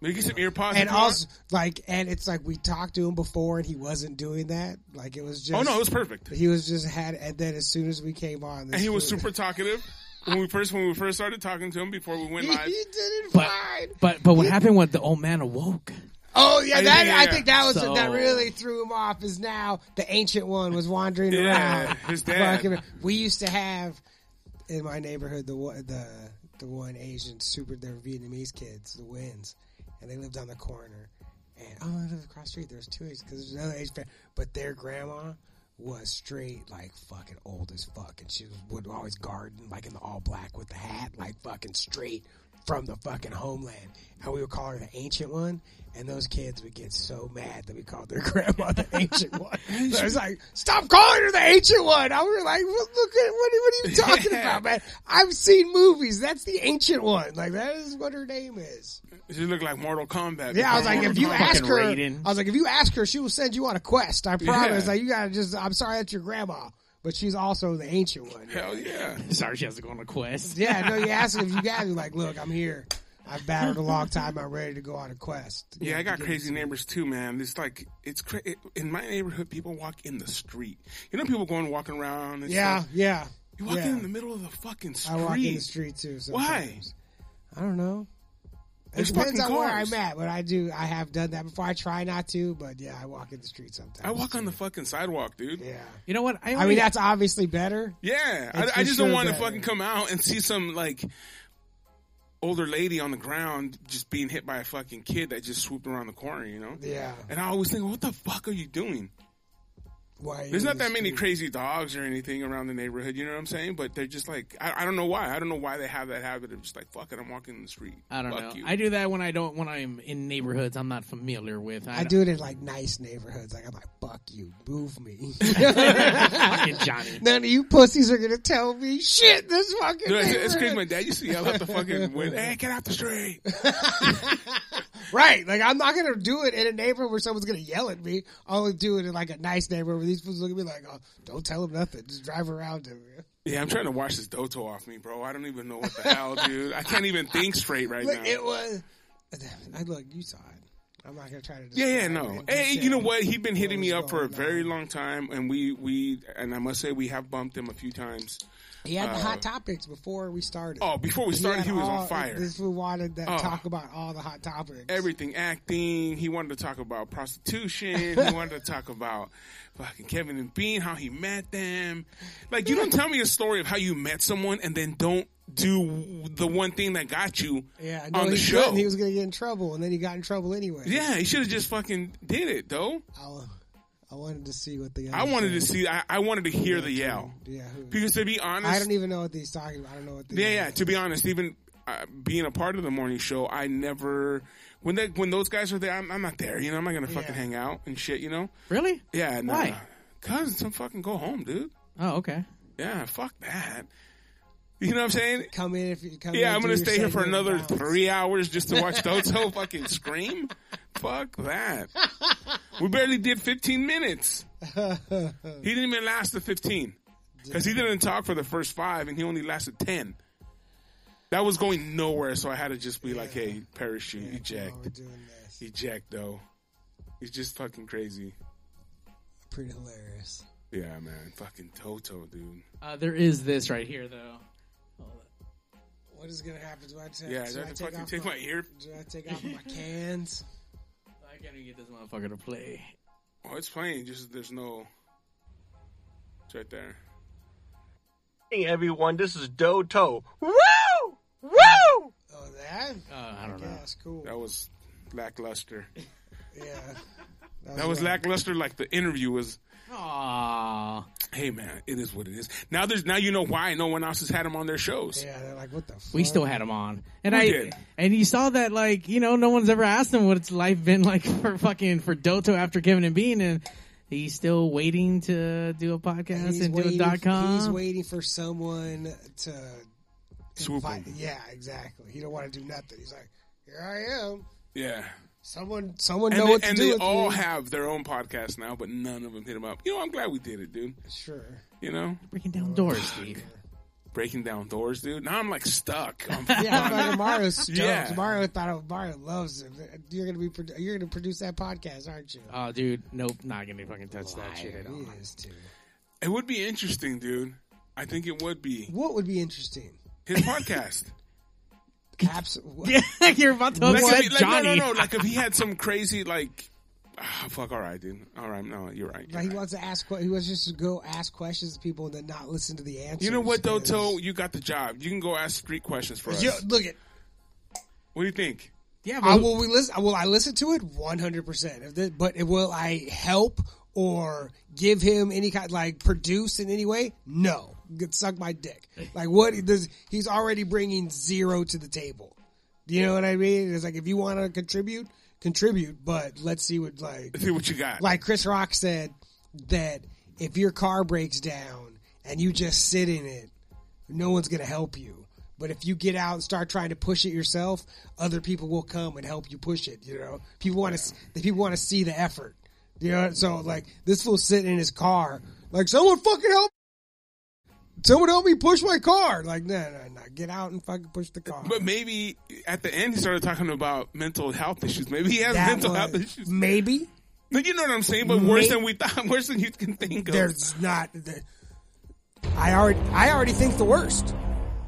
Speaker 3: Maybe get some ear pods.
Speaker 1: And
Speaker 3: if you want.
Speaker 1: also, like, and it's like we talked to him before, and he wasn't doing that. Like it was just.
Speaker 3: Oh no, it was perfect.
Speaker 1: He was just had, and then as soon as we came on,
Speaker 3: And he was super talkative when we first when we first started talking to him before we went
Speaker 1: He
Speaker 3: live.
Speaker 1: did it
Speaker 4: but,
Speaker 1: fine.
Speaker 4: but but what happened when the old man awoke?
Speaker 1: Oh yeah, that
Speaker 3: yeah,
Speaker 1: I
Speaker 3: yeah.
Speaker 1: think that was
Speaker 4: So-
Speaker 1: that really threw him off. Is now the ancient one was wandering
Speaker 3: Yeah,
Speaker 1: around.
Speaker 3: his dad.
Speaker 1: Fucking- we used to have in my neighborhood the one- the the one Asian super they're Vietnamese kids the Wins, and they lived on the corner. And oh, I live across the street. There's two Asians because there's another Asian, family. but their grandma was straight like fucking old as fuck, and she was, would always garden like in the all black with the hat, like fucking straight from the fucking homeland. And we would call her the ancient one, and those kids would get so mad that we called their grandma the ancient one. So it's like, stop calling her the ancient one. I was like, well, look at what, what are you talking about, man? I've seen movies. That's the ancient one. Like that is what her name is.
Speaker 3: She looked like Mortal Kombat.
Speaker 1: Yeah, I was like,
Speaker 3: Mortal
Speaker 1: if you
Speaker 3: Kombat.
Speaker 1: ask her,
Speaker 4: Raiden.
Speaker 1: I was like, if you ask her, she will send you on a quest. I promise.
Speaker 3: Yeah.
Speaker 1: Like you gotta just. I'm sorry, that's your grandma, but she's also the ancient one.
Speaker 3: hell yeah.
Speaker 4: Sorry, she has to go on a quest.
Speaker 1: Yeah, no, you ask if you got it. Like, look, I'm here. I've battled a long time. I'm ready to go on a quest.
Speaker 3: Yeah, I got crazy neighbors too, man. It's like it's cra- it, in my neighborhood. People walk in the street. You know, people going walking around. And
Speaker 1: Yeah,
Speaker 3: stuff.
Speaker 1: yeah.
Speaker 3: you walk
Speaker 1: yeah.
Speaker 3: in the middle of the fucking
Speaker 1: I
Speaker 3: street.
Speaker 1: walk in the street too. Sometimes. Why? I don't know. It
Speaker 3: There's
Speaker 1: depends on
Speaker 3: fucking
Speaker 1: where
Speaker 3: cars.
Speaker 1: I'm at, but I do. I have done that before. I try not to, but yeah, I walk in the street sometimes.
Speaker 3: I walk on the fucking sidewalk, dude. Yeah,
Speaker 1: Yeah.
Speaker 4: You know what?
Speaker 1: I
Speaker 4: only-
Speaker 1: mean, that's obviously better. It's
Speaker 3: I, I
Speaker 1: for
Speaker 3: just
Speaker 1: sure
Speaker 3: don't want to
Speaker 1: better.
Speaker 3: fucking come out and see some like older lady on the ground just being hit by a fucking kid that just swooped around the corner. You know?
Speaker 1: Yeah.
Speaker 3: And I always think, what the fuck are you doing?
Speaker 1: why
Speaker 3: There's
Speaker 1: you-
Speaker 3: not that many crazy dogs or anything around the neighborhood, you know what I'm saying? But they're just like, I, I don't know why. I don't know why they have that habit of just like, fuck it, I'm walking in the street.
Speaker 4: I don't
Speaker 3: Fuck
Speaker 4: know.
Speaker 3: You.
Speaker 4: I do that when I don't when I'm in neighborhoods I'm not familiar with.
Speaker 1: I
Speaker 4: don't-
Speaker 1: do it in like nice neighborhoods. Like I'm like, fuck you, move me.
Speaker 4: fucking Johnny.
Speaker 1: None of you pussies are gonna tell me shit. This fucking
Speaker 3: No, it's, it's
Speaker 1: neighborhood.
Speaker 3: crazy. My dad used to yell out the fucking window, hey, get out the street.
Speaker 1: right. Like I'm not gonna do it in a neighborhood where someone's gonna yell at me. I'll do it in like a nice neighborhood where these fools look at me like, oh, don't tell them nothing. Just drive around them.
Speaker 3: Yeah, I'm trying to wash this Doto off me, bro. I don't even know what the hell, dude. I can't even think straight right
Speaker 1: Look,
Speaker 3: now.
Speaker 1: it was. I look. You saw it. I'm not gonna try to.
Speaker 3: Yeah,
Speaker 1: describe
Speaker 3: yeah,
Speaker 1: it
Speaker 3: no.
Speaker 1: in
Speaker 3: Hey,
Speaker 1: detail.
Speaker 3: you know what? He's been hitting me
Speaker 1: What was
Speaker 3: up for a
Speaker 1: going
Speaker 3: very
Speaker 1: on.
Speaker 3: long time, and we we and I must say we have bumped him a few times.
Speaker 1: He had the hot topics before we started.
Speaker 3: Uh, Oh, before we started,
Speaker 1: had
Speaker 3: he, was
Speaker 1: all-
Speaker 3: on fire.
Speaker 1: This we wanted to
Speaker 3: Oh.
Speaker 1: talk about all the hot topics.
Speaker 3: Everything acting. He wanted to talk about prostitution. he wanted to talk about fucking Kevin and Bean, how he met them. Like, you don't tell me a story of how you met someone and then don't do the one thing that got you
Speaker 1: yeah, no,
Speaker 3: on the
Speaker 1: he
Speaker 3: show.
Speaker 1: couldn't. He was going to get in trouble, and then he got in trouble anyway.
Speaker 3: yeah, he should have just fucking did it though.
Speaker 1: I, I wanted to see what the.
Speaker 3: I wanted to see. I, I wanted to hear the yell
Speaker 1: Yeah, who-
Speaker 3: because to be honest,
Speaker 1: I don't even know what he's talking about. I don't know what. The,
Speaker 3: Yeah, yeah. To be honest, even uh, being a part of the morning show, I never when they when those guys are there, I'm, I'm not there. You know, I'm not gonna fucking
Speaker 1: Yeah.
Speaker 3: hang out and shit. You know?
Speaker 4: Really?
Speaker 3: Yeah. No.
Speaker 4: Why?
Speaker 3: Cause some fucking go home, dude.
Speaker 4: Oh, okay.
Speaker 3: Yeah. Fuck that. You know what I'm saying?
Speaker 1: Come in if you come. in,
Speaker 3: Yeah, I'm
Speaker 1: do
Speaker 3: gonna
Speaker 1: your
Speaker 3: stay here for
Speaker 1: segment
Speaker 3: another
Speaker 1: about-
Speaker 3: three hours just to watch Doto fucking scream. Fuck that. We barely did 15 minutes. He didn't even last the 15 because he didn't talk for the first five, and he only lasted 10. That was going nowhere, so I had to just be like, "Hey, parachute,
Speaker 1: While we're
Speaker 3: eject,
Speaker 1: doing this,
Speaker 3: eject." Though he's just fucking crazy.
Speaker 1: pretty hilarious.
Speaker 3: Yeah, man, fucking Toto, dude.
Speaker 4: Uh, there is this right here though.
Speaker 1: What is gonna happen? Do I take?
Speaker 3: Yeah,
Speaker 1: do
Speaker 3: do I
Speaker 1: I
Speaker 3: have to
Speaker 1: take
Speaker 3: fucking
Speaker 1: off
Speaker 3: take my ear-
Speaker 1: Do I take off my cans?
Speaker 4: I can't even get this motherfucker to play.
Speaker 3: Oh, it's playing. Just there's no. It's right there.
Speaker 6: Hey everyone, this is Doto. Woo! Woo!
Speaker 1: Oh, that.
Speaker 4: Uh, I don't
Speaker 1: Yeah,
Speaker 4: know.
Speaker 1: that's cool.
Speaker 3: That was lackluster.
Speaker 1: Yeah.
Speaker 3: That was
Speaker 1: right.
Speaker 3: lackluster. Like the interview was.
Speaker 4: Aww.
Speaker 3: Hey, man, it is what it is. Now there's now you know why no one else has had him on their shows.
Speaker 1: Yeah, they're like, what the? Fuck?
Speaker 4: We still had him on, and
Speaker 3: We
Speaker 4: I
Speaker 3: did.
Speaker 4: and you saw that like you know no one's ever asked him what it's life been like for fucking for Doto after Kevin and Bean, and he's still waiting to do a podcast and do a dot
Speaker 1: He's
Speaker 4: com.
Speaker 1: waiting for someone to
Speaker 3: Swoop
Speaker 1: invite.
Speaker 3: him.
Speaker 1: Yeah, exactly. He don't want to do nothing. He's like, here I am.
Speaker 3: Yeah.
Speaker 1: Someone, someone
Speaker 3: And
Speaker 1: know
Speaker 3: they,
Speaker 1: what to
Speaker 3: and
Speaker 1: do.
Speaker 3: they
Speaker 1: with
Speaker 3: all
Speaker 1: me.
Speaker 3: have their own podcast now, but none of them hit him up. You know, I'm glad we did it, dude.
Speaker 1: sure.
Speaker 3: You know,
Speaker 4: Breaking down doors, Steve.
Speaker 3: breaking down doors, dude. Now I'm like stuck. I'm,
Speaker 1: Yeah, I'm like, Mario's stoked.
Speaker 3: Yeah.
Speaker 1: Mario thought Mario loves it. You're gonna be produ- you're gonna produce that podcast, aren't you?
Speaker 4: Oh, dude, nope, not gonna fucking touch that shit at all.
Speaker 1: He is too.
Speaker 3: it would be interesting, dude. I think it would be
Speaker 1: What would be interesting?
Speaker 3: his podcast.
Speaker 1: Abs-
Speaker 4: You're about to
Speaker 3: like, if
Speaker 4: upset
Speaker 3: he, like, no,
Speaker 4: Johnny.
Speaker 3: no, no. Like if he had some crazy like. ah, fuck. All right, dude. All right. No, you're right. you're
Speaker 1: Like he
Speaker 3: right.
Speaker 1: wants to ask. que- He wants just to go ask questions to people and then not listen to the answers.
Speaker 3: You know what, though,
Speaker 1: 'cause-
Speaker 3: Toe? You got the job. You can go ask street questions for us.
Speaker 1: Yo, look at.
Speaker 3: What do you think?
Speaker 4: Yeah,
Speaker 1: I
Speaker 4: but
Speaker 1: will we listen. Will I listen to it? One hundred percent. But it- will I help or give him any kind like produce in any way? No. Could suck my dick. Like what he does? He's already bringing zero to the table. Do you know what I mean? It's like if you want to contribute, contribute. But let's see what like
Speaker 3: See what you got.
Speaker 1: like Chris Rock said that if your car breaks down and you just sit in it, no one's going to help you. But if you get out and start trying to push it yourself, other people will come and help you push it. You know, people want to the people want to see the effort. You know, so like this fool sitting in his car, like someone fucking help. Someone help me push my car. Like, no, no, no. Get out and fucking push the car.
Speaker 3: But maybe at the end he started talking about mental health issues. Maybe he has
Speaker 1: That
Speaker 3: mental
Speaker 1: was-
Speaker 3: health issues.
Speaker 1: Maybe.
Speaker 3: No, you know what I'm saying? But worse
Speaker 1: May-
Speaker 3: than we thought. Worse than you can think of.
Speaker 1: there's not. There, I already, I already think the worst.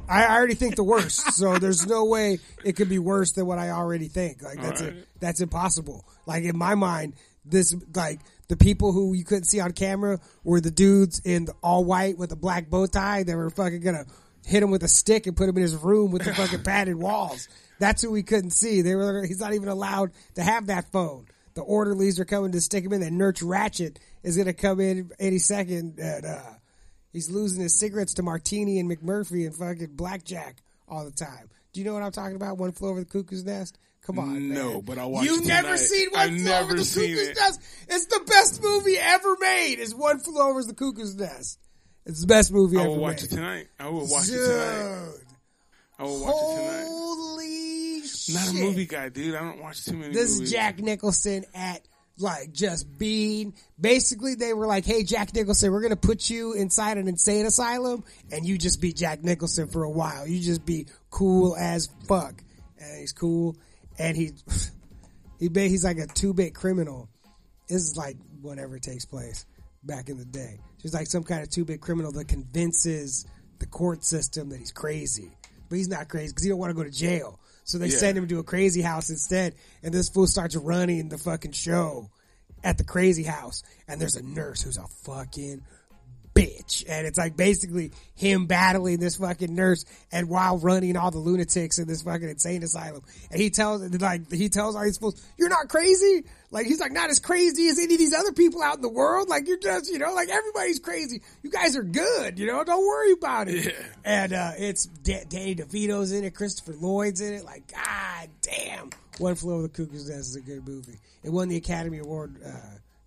Speaker 1: I already think the worst. so there's no way it could be worse than what I already think. Like that's
Speaker 3: Alright.
Speaker 1: it. that's impossible. Like in my mind, this like the people who you couldn't see on camera were the dudes in the all white with a black bow tie. They were fucking gonna hit him with a stick and put him in his room with the fucking padded walls. That's who we couldn't see. They were. He's not even allowed to have that phone. The orderlies are coming to stick him in. They nurture Ratchet is going to come in any second. And, uh, he's losing his cigarettes to Martini and McMurphy and fucking Blackjack all the time. Do you know what I'm talking about? One flew over the cuckoo's nest. Come on, man.
Speaker 3: No, but I watched
Speaker 1: You
Speaker 3: it
Speaker 1: never
Speaker 3: tonight.
Speaker 1: seen
Speaker 3: I
Speaker 1: One Flew Over
Speaker 3: never
Speaker 1: the
Speaker 3: seen
Speaker 1: Cuckoo's
Speaker 3: it.
Speaker 1: Nest? It's the best movie ever made. Is One Flew Over the Cuckoo's Nest? It's the best movie
Speaker 3: I
Speaker 1: ever
Speaker 3: will watch it
Speaker 1: made.
Speaker 3: tonight. I will watch
Speaker 1: Dude,
Speaker 3: it tonight. I will watch it tonight.
Speaker 1: holy shit!
Speaker 3: Not a movie guy, dude. I don't watch too many.
Speaker 1: This
Speaker 3: movies.
Speaker 1: is Jack Nicholson at like just being basically they were like, Hey Jack Nicholson, we're gonna put you inside an insane asylum and you just be Jack Nicholson for a while. You just be cool as fuck. And he's cool and he he ba- he's like a two bit criminal. This is like whatever takes place back in the day. She's like some kind of two bit criminal that convinces the court system that he's crazy, but he's not crazy because he don't want to go to jail. So they
Speaker 3: Yeah.
Speaker 1: send him to a crazy house instead, and this fool starts running the fucking show at the crazy house. And there's a nurse who's a fucking bitch. And it's like basically him battling this fucking nurse and while running all the lunatics in this fucking insane asylum. And he tells like he tells all these fools, You're not crazy? Like he's like not as crazy as any of these other people out in the world. Like you're just, you know, like everybody's crazy. You guys are good, you know, don't worry about it. And uh it's Da- Danny DeVito's in it, Christopher Lloyd's in it, like, god damn. One Flew Over the Cuckoo's Nest is a good movie. It won the Academy Award uh,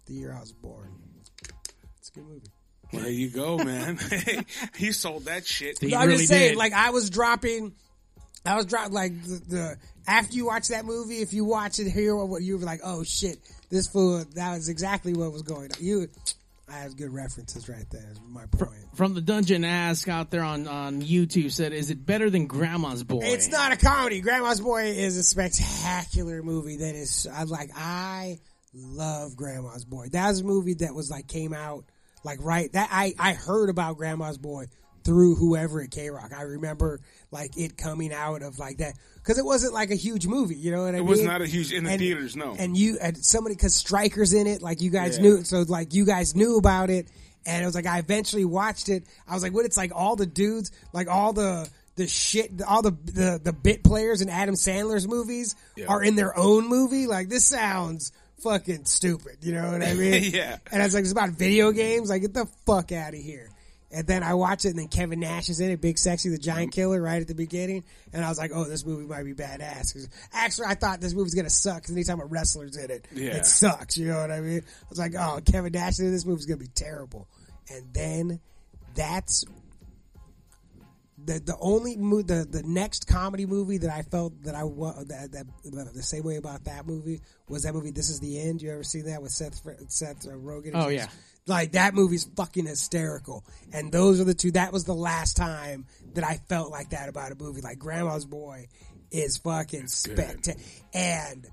Speaker 1: the year I was born. It's a good movie.
Speaker 3: There you go, man. he sold that shit.
Speaker 4: He
Speaker 1: No, I'm
Speaker 4: really
Speaker 1: just saying,
Speaker 4: did.
Speaker 1: like I was dropping, I was dropping like the, the after you watch that movie, if you watch it here, what you were like, oh shit, this fool, that was exactly what was going on. You, I have good references right there. Is my point.
Speaker 4: From the dungeon ask out there on, on YouTube said, "Is it better than Grandma's Boy?"
Speaker 1: It's not a comedy. Grandma's Boy is a spectacular movie that is I like I love Grandma's Boy. That was a movie that was like came out like right that I I heard about Grandma's Boy through whoever at K Rock. I remember like it coming out of like that because it wasn't like a huge movie, you know what I
Speaker 3: It
Speaker 1: mean?
Speaker 3: was not a huge in the
Speaker 1: and-
Speaker 3: theaters. No,
Speaker 1: And you and somebody because Strikers in it, like you guys
Speaker 3: Yeah.
Speaker 1: knew, so like you guys knew about it, and it was like I eventually watched it. I was like, what? It's like all the dudes, like all the the shit, all the the the bit players in Adam Sandler's movies are in their own movie. Like this sounds fucking stupid. You know what I mean?
Speaker 3: Yeah.
Speaker 1: And I was like, it's about video games. Like get the fuck out of here. And then I watch it, and then Kevin Nash is in it, Big Sexy, the Giant
Speaker 3: Mm-hmm.
Speaker 1: Killer, right at the beginning. And I was like, "Oh, this movie might be badass." 'Cause Actually, I thought this movie's gonna suck because anytime a wrestler's in it,
Speaker 3: Yeah.
Speaker 1: it sucks. You know what I mean? I was like, "Oh, Kevin Nash is in this movie's gonna be terrible." And then that's the the only mo- the the next comedy movie that I felt that I wa- that, that, that the same way about that movie was that movie This Is the End. You ever seen that with Seth Fr- Seth uh, Rogen?
Speaker 4: Oh, yeah.
Speaker 1: Like that movie's fucking hysterical, and those are the two. That was the last time that I felt like that about a movie. Like Grandma's Boy is fucking spectacular, and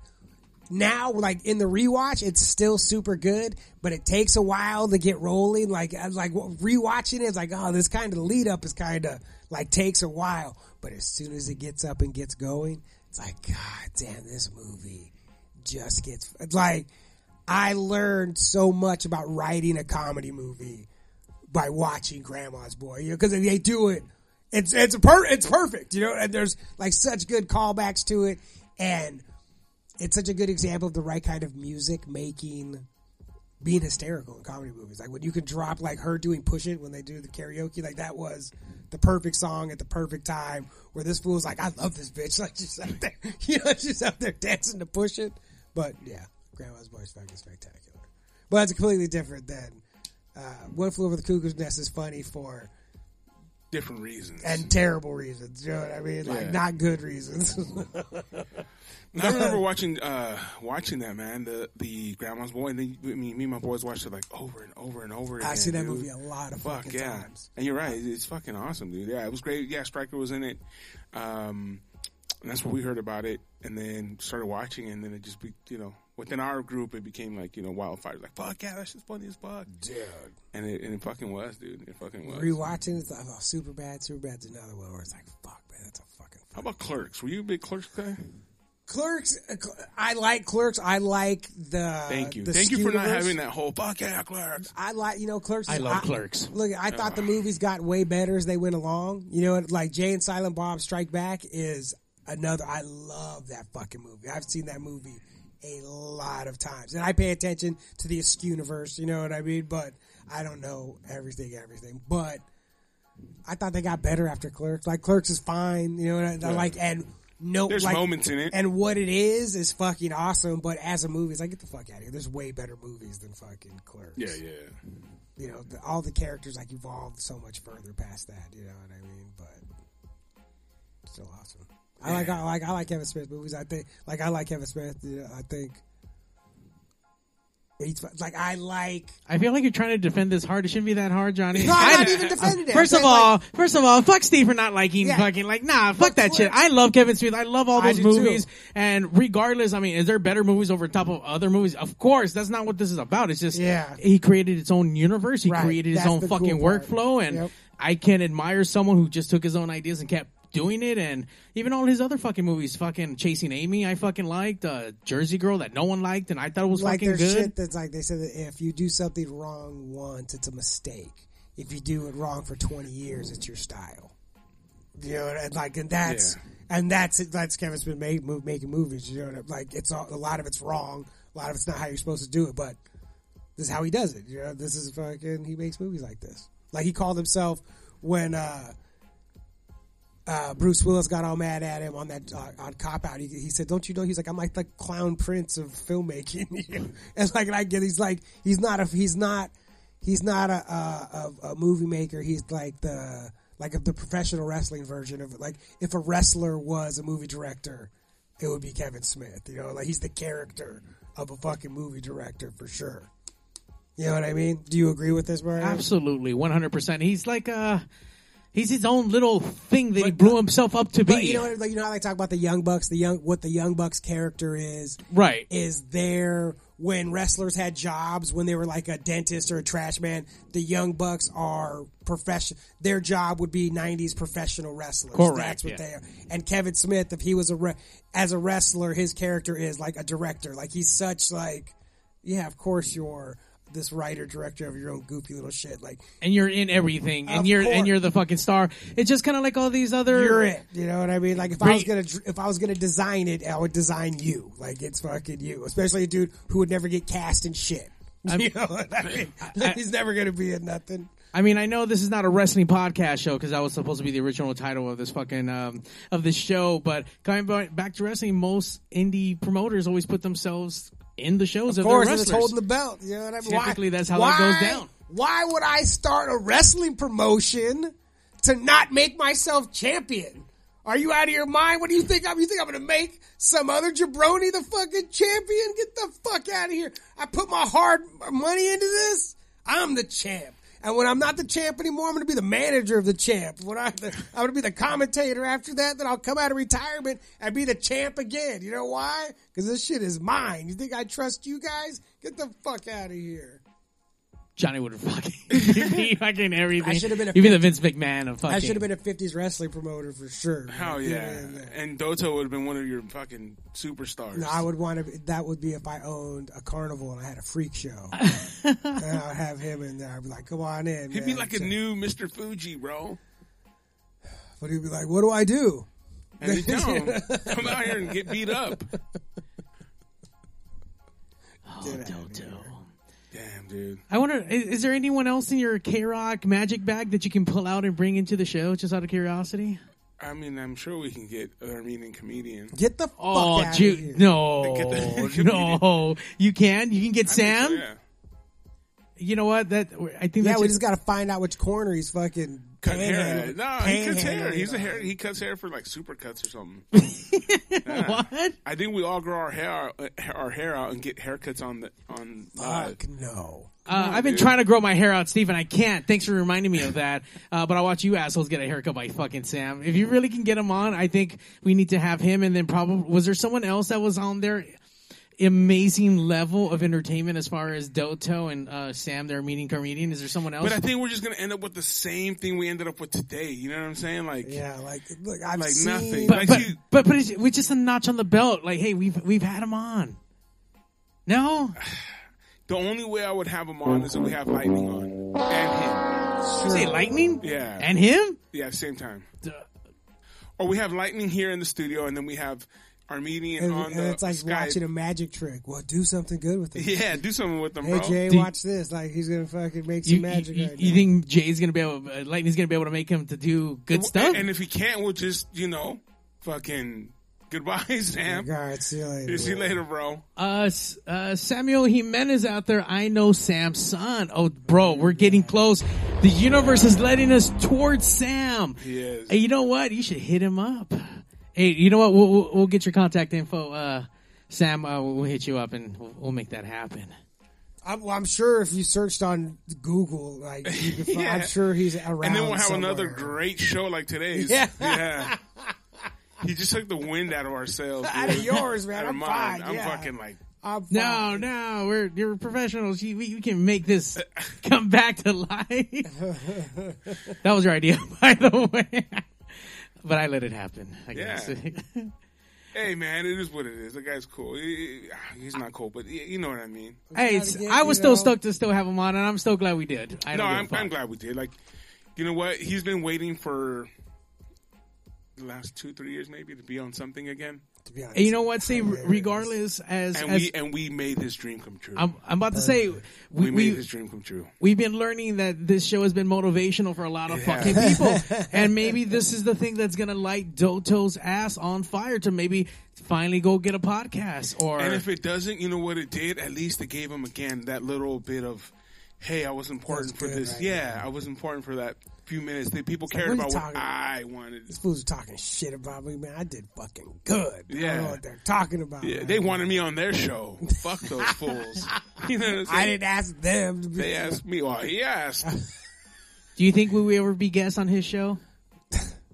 Speaker 1: now like in the rewatch it's still super good but it takes a while to get rolling like I- like rewatching it, it's like oh this kind of lead up is kind of like takes a while but as soon as it gets up and gets going it's like god damn this movie just gets it's like i learned so much about writing a comedy movie by watching Grandma's Boy, you know, because they do it. It's it's per it's perfect, you know. And there's like such good callbacks to it, and it's such a good example of the right kind of music making being hysterical in comedy movies. Like when you can drop like her doing "Push It" when they do the karaoke, like that was the perfect song at the perfect time. Where this fool's like, "I love this bitch," like she's out there, you know, she's out there dancing to "Push It." But yeah, Grandma's Boy is fucking spectacular. But it's completely different than uh, "One Flew Over the Cuckoo's Nest" is funny for
Speaker 3: different reasons.
Speaker 1: and terrible reasons. You know what I mean? Like
Speaker 3: Yeah.
Speaker 1: not good reasons.
Speaker 3: And I
Speaker 1: uh-huh.
Speaker 3: remember watching uh, watching that man, the the Grandma's Boy, and then me, me and my boys watched it like over and over and over. again,
Speaker 1: I see that
Speaker 3: dude.
Speaker 1: movie a lot of
Speaker 3: Fuck
Speaker 1: fucking
Speaker 3: yeah,
Speaker 1: times.
Speaker 3: and you're right. It's fucking awesome, dude. Yeah, it was great. Yeah, Stryker was in it. Um, and that's what we heard about it, and then started watching, and then it just be, you know within our group it became like you know wildfire. Like fuck yeah, that shit's funny as fuck, dude. And it, and it fucking was, dude. It fucking was.
Speaker 1: Rewatching, it's like, oh, super bad. Super bad's another one where it's like, fuck, man, that's a fucking
Speaker 3: How about Clerks? Were you a big Clerks guy?
Speaker 1: Clerks. uh, Cl- I like Clerks. I like the.
Speaker 3: Thank you.
Speaker 1: the
Speaker 3: Thank you for not
Speaker 1: skewverse.
Speaker 3: having that whole fuck yeah, Clerks.
Speaker 1: I like you know Clerks.
Speaker 4: I love Clerks.
Speaker 1: Look, I thought the movies got way better as they went along. You know, like Jay and Silent Bob Strike Back is another. I love that fucking movie. I've seen that movie a lot of times, and I pay attention to the Askew universe. You know what I mean? But I don't know everything, everything. But I thought they got better after Clerks. Like Clerks is fine. You know, what I- I like and. No,
Speaker 3: There's
Speaker 1: like,
Speaker 3: moments in it.
Speaker 1: and what it is is fucking awesome. But as a movie, it's like get the fuck out of here. There's way better movies than fucking Clerks
Speaker 3: Yeah, yeah.
Speaker 1: you know, the, all the characters like evolved so much further past that. You know what I mean? But still awesome. I like I like I like Kevin Smith movies. I think like I like Kevin Smith. You know, I think he's fu- like I like.
Speaker 4: I feel like you're trying to defend this hard. It shouldn't be that hard, Johnny.
Speaker 1: No, I'm
Speaker 4: I-
Speaker 1: not even defending it.
Speaker 4: First
Speaker 1: I'm saying,
Speaker 4: of all,
Speaker 1: like,
Speaker 4: first of all, fuck Steve for not liking
Speaker 1: Yeah.
Speaker 4: fucking like nah, fuck
Speaker 1: Fuck
Speaker 4: that
Speaker 1: Flick.
Speaker 4: shit. I love Kevin Smith. I love all
Speaker 1: I
Speaker 4: those
Speaker 1: do too.
Speaker 4: movies. And regardless, I mean, is there better movies over top of other movies? Of course, that's not what this is about. It's just
Speaker 1: Yeah.
Speaker 4: he created its own universe. He
Speaker 1: Right.
Speaker 4: created his
Speaker 1: That's
Speaker 4: own
Speaker 1: the
Speaker 4: fucking
Speaker 1: cool part.
Speaker 4: workflow, and
Speaker 1: Yep.
Speaker 4: I can admire someone who just took his own ideas and kept doing it. And even all his other fucking movies, fucking Chasing Amy, I fucking liked. Uh, Jersey Girl that no one liked, and I thought it was
Speaker 1: like
Speaker 4: fucking
Speaker 1: there's
Speaker 4: good.
Speaker 1: shit that's like they said that if you do something wrong once, it's a mistake. If you do it wrong for 20 years, it's your style. You know, and like, and that's and that's that's Kevin Smith made, move, making movies. You know, and, like it's all, a lot of it's wrong, a lot of it's not how you're supposed to do it, but this is how he does it. You know, this is fucking he makes movies like this. Like he called himself when uh, uh, Bruce Willis got all mad at him on that uh, on Cop Out. He, he said, "Don't you know?" He's like, "I'm like the clown prince of filmmaking." You know? it's like, and I get he's like he's not a he's not he's not a a, a, a movie maker. He's like the like the professional wrestling version of it. Like if a wrestler was a movie director, it would be Kevin Smith. You know, like he's the character of a fucking movie director for sure. You know what I mean? Do you agree with this, Mario?
Speaker 4: Absolutely, one hundred percent. He's like uh he's his own little thing that he blew himself up to be.
Speaker 1: But you know, what- like you know how they talk about the Young Bucks, the young what the Young Bucks character is,
Speaker 4: right?
Speaker 1: is there when wrestlers had jobs when they were like a dentist or a trash man the young bucks are profession their job would be 90s professional wrestlers
Speaker 4: Correct,
Speaker 1: that's what
Speaker 4: yeah.
Speaker 1: they are and kevin smith if he was a re- as a wrestler his character is like a director like he's such like yeah of course you're this writer director of your own goofy little shit like
Speaker 4: and you're in everything, and
Speaker 1: Of
Speaker 4: you're
Speaker 1: course.
Speaker 4: and you're the fucking star. It's just kind of like all these other.
Speaker 1: you're it you know what i mean like if i was
Speaker 4: Right.
Speaker 1: gonna dr- if i was gonna design it i would design you like it's fucking you especially a dude who would never get cast in shit you know what I mean? he's never gonna be in nothing
Speaker 4: I mean, I know this is not a wrestling podcast show because that was supposed to be the original title of this fucking um, of this show. But coming ba- back to wrestling, most indie promoters always put themselves in the shows of,
Speaker 1: of course
Speaker 4: their
Speaker 1: it's
Speaker 4: wrestlers.
Speaker 1: holding the belt you know what i mean Why-
Speaker 4: Typically, that's how
Speaker 1: why,
Speaker 4: that goes down.
Speaker 1: why would i start a wrestling promotion to not make myself champion are you out of your mind? What do you think I'm? You think I'm going to make some other jabroni the fucking champion? Get the fuck out of here! I put my hard money into this. I'm the champ, and when I'm not the champ anymore, I'm going to be the manager of the champ. When I, I'm going to be the commentator after that. Then I'll come out of retirement and be the champ again. You know why? Because this shit is mine. You think I trust you guys? Get the fuck out of here.
Speaker 4: Johnny would have fucking be fucking everything.
Speaker 1: I should've been a
Speaker 4: You'd be the Vince McMahon of fucking.
Speaker 1: I should have been a '50s wrestling promoter for sure.
Speaker 3: Hell
Speaker 1: Get
Speaker 3: yeah.
Speaker 1: in there.
Speaker 3: And Doto would have been one of your fucking superstars.
Speaker 1: No, I would want to. That would be if I owned a carnival and I had a freak show. and I'd have him in there. I'd be like, "Come on in."
Speaker 3: He'd be
Speaker 1: man."
Speaker 3: like a new Mr. Fuji, bro.
Speaker 1: But he'd be like, "What do I do?"
Speaker 3: And he'd tell him, come out here and get beat up.
Speaker 1: Get out of
Speaker 4: Doto.
Speaker 3: Damn, dude.
Speaker 4: I wonder, i- is, there anyone else in your K Rock magic bag that you can pull out and bring into the show just out of curiosity?
Speaker 3: I mean, I'm sure we can get an Armenian comedian.
Speaker 1: Get the fuck
Speaker 4: Oh,
Speaker 1: out of
Speaker 4: Ju-
Speaker 1: here.
Speaker 4: no,
Speaker 3: Get the-
Speaker 4: no, you can, you can get Sam.
Speaker 3: Yeah.
Speaker 4: You know what? That I think
Speaker 1: Yeah,
Speaker 4: that's
Speaker 1: we just got to find out which corner he's fucking
Speaker 3: Cut hair.
Speaker 1: panhandling-
Speaker 3: No, he cuts hair.
Speaker 1: panhandling
Speaker 3: He's a
Speaker 1: on.
Speaker 3: hair. He cuts hair for like super cuts or something.
Speaker 4: what?
Speaker 3: I think we all grow our hair uh, our hair out and get haircuts on the on uh, live.
Speaker 1: Fuck no.
Speaker 4: Uh, I've been trying to grow my hair out, Steve, and I can't. Thanks for reminding me of that. Uh, but I watch you assholes get a haircut by fucking Sam. If you really can get him on, I think we need to have him. And then probably was there someone else that was on their amazing level of entertainment as far as Doto and uh, Sam, their meeting comedian? Is there someone else?
Speaker 3: But I think we're just gonna end up with the same thing we ended up with today. You know what I'm saying? Like,
Speaker 1: Yeah, like look, I've
Speaker 3: Like
Speaker 1: seen
Speaker 3: nothing.
Speaker 4: but
Speaker 3: like
Speaker 4: but,
Speaker 3: you-
Speaker 4: but but it's, we're just a notch on the belt. Like, hey, we've we've had him on. No,
Speaker 3: the only way I would have him on is if we have lightning on and him.
Speaker 4: say lightning.
Speaker 3: Yeah.
Speaker 4: and him.
Speaker 3: Yeah, same time.
Speaker 4: Duh.
Speaker 3: Or we have lightning here in the studio, and then we have Armenian
Speaker 1: And,
Speaker 3: on
Speaker 1: and
Speaker 3: the
Speaker 1: it's like
Speaker 3: Skype.
Speaker 1: watching a magic trick. Well, do something good with it.
Speaker 3: Yeah, do something with them,
Speaker 1: Hey
Speaker 3: bro.
Speaker 1: Jay,
Speaker 4: Do-
Speaker 1: watch this. Like he's gonna fucking make some
Speaker 4: You,
Speaker 1: magic
Speaker 4: you,
Speaker 1: right
Speaker 4: you
Speaker 1: now.
Speaker 4: think Jay's gonna be able? Uh, Lightning's gonna be able to make him to do good
Speaker 3: W-
Speaker 4: stuff?
Speaker 3: And if he can't, we'll just you know, fucking goodbyes,
Speaker 1: Oh,
Speaker 3: fam.
Speaker 1: God, see you later.
Speaker 3: See you later, bro.
Speaker 4: uh, S- uh, Samuel Jimenez out there. I know Sam's son. Oh, bro, we're getting close. The universe is letting us towards Sam.
Speaker 3: is.
Speaker 4: Hey, you know what? You should hit him up. Hey, you know what? We'll, we'll, we'll get your contact info. Uh, Sam, uh, we'll hit you up and we'll, we'll make that happen.
Speaker 1: I'm, well, I'm sure if you searched on Google, like you could find, I'm
Speaker 3: Yeah.
Speaker 1: sure he's around.
Speaker 3: And then we'll have
Speaker 1: somewhere.
Speaker 3: another great show like today's.
Speaker 1: Yeah.
Speaker 3: yeah. He just took the wind out of our sails.
Speaker 1: Out
Speaker 3: dude.
Speaker 1: of yours, man.
Speaker 3: Out of
Speaker 1: I'm
Speaker 3: mine.
Speaker 1: fine,
Speaker 3: I'm
Speaker 1: yeah.
Speaker 3: fucking like,
Speaker 1: I'm
Speaker 4: No,
Speaker 1: fine.
Speaker 4: no, we're you're professionals. You, we, you can make this come back to life. that was your idea, by the way. But I let it happen. I guess.
Speaker 3: hey, man, it is what it is. The guy's cool. He- he- he's not cool, but y- you know what I mean.
Speaker 4: hey, it's,
Speaker 1: Gotta get,
Speaker 4: I was
Speaker 1: you
Speaker 4: still
Speaker 1: know-
Speaker 4: stoked to still have him on, and I'm so glad we did.
Speaker 3: No,
Speaker 4: I don't give a
Speaker 3: I'm,
Speaker 4: fuck.
Speaker 3: I'm glad we did. Like, you know what? He's been waiting for the last two, three years maybe to be on something again,
Speaker 1: To be honest,
Speaker 4: And you know what? See, regardless, as,
Speaker 3: and
Speaker 4: as
Speaker 3: we and we made his dream come true.
Speaker 4: I'm, I'm about to say,
Speaker 3: we,
Speaker 4: we,
Speaker 3: made
Speaker 4: we,
Speaker 3: his dream come true.
Speaker 4: we've been learning that this show has been motivational for a lot of fucking people. and maybe this is the thing that's going to light Doto's ass on fire to maybe finally go get a podcast or
Speaker 3: And if it doesn't, you know what it did? At least it gave him again that little bit of, hey, I was important
Speaker 1: That's
Speaker 3: for
Speaker 1: good
Speaker 3: this.
Speaker 1: right
Speaker 3: yeah, I was important for that few minutes. The people
Speaker 1: like,
Speaker 3: cared
Speaker 1: what are
Speaker 3: about
Speaker 1: you
Speaker 3: what
Speaker 1: talking
Speaker 3: I wanted.
Speaker 1: These fools are talking shit about me, man. I did fucking good. I don't
Speaker 3: Yeah.
Speaker 1: know what they're talking about.
Speaker 3: Yeah,
Speaker 1: man.
Speaker 3: they wanted me on their show. Fuck those fools. You know what I'm saying?
Speaker 1: I didn't ask them. To be,
Speaker 3: They asked me. Well, he asked.
Speaker 4: do you think we will ever be guests on his show?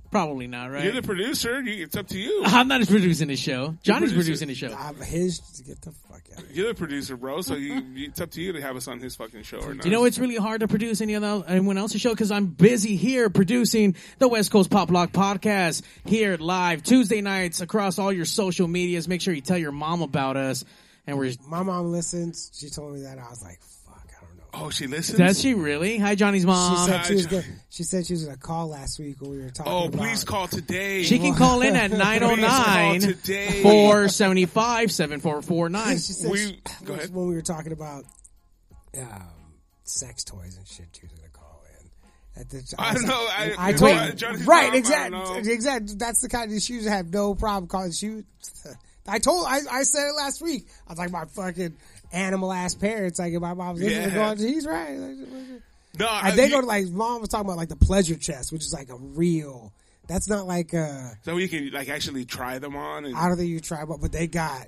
Speaker 4: Probably not, right?
Speaker 3: You're the producer. You, it's up to you.
Speaker 4: I'm not producing his show. Johnny's
Speaker 3: producer.
Speaker 4: producing his show.
Speaker 1: I'm his. Get the fuck out. of here.
Speaker 3: You're the producer, bro. So you, you, it's up to you to have us on his fucking show or not.
Speaker 4: You know, it's really hard to produce any other anyone else's show because I'm busy here producing the West Coast Pop Lock podcast here live Tuesday nights across all your social medias. Make sure you tell your mom about us. And we're
Speaker 1: My mom listens. She told me that. I was like, fuck. I don't know.
Speaker 3: Oh, she listens.
Speaker 4: does she really? Hi, Johnny's
Speaker 1: She
Speaker 4: mom.
Speaker 1: said she
Speaker 3: I-
Speaker 1: was. Gonna, she said she was gonna call last week when we were talking.
Speaker 3: oh,
Speaker 1: about-
Speaker 3: please call today.
Speaker 4: She can call in at
Speaker 3: Please
Speaker 4: 909
Speaker 3: call today.
Speaker 4: 475
Speaker 1: She
Speaker 4: 7449.
Speaker 1: said
Speaker 3: We-
Speaker 1: she-
Speaker 3: go ahead.
Speaker 1: when we were talking about um, sex toys and shit. She was gonna call in. At the,
Speaker 3: I
Speaker 1: was
Speaker 3: don't know.
Speaker 1: like-
Speaker 3: I-
Speaker 1: I
Speaker 3: you
Speaker 1: told
Speaker 3: know,
Speaker 1: you.
Speaker 3: Johnny's
Speaker 1: right,
Speaker 3: mom, I don't
Speaker 1: exactly,
Speaker 3: know.
Speaker 1: exactly. That's the kind of she would have no problem calling. She, would- I told, I, I said it last week. I was like, my fucking animal ass parents. Like, if my mom's listening,
Speaker 3: Yeah.
Speaker 1: they're going, he's right. Like,
Speaker 3: No, uh,
Speaker 1: I they
Speaker 3: you-
Speaker 1: go to like mom was talking about like the pleasure chest, which is like a real. That's not like uh
Speaker 3: so we can like actually try them on. And,
Speaker 1: I don't think you try, but but they got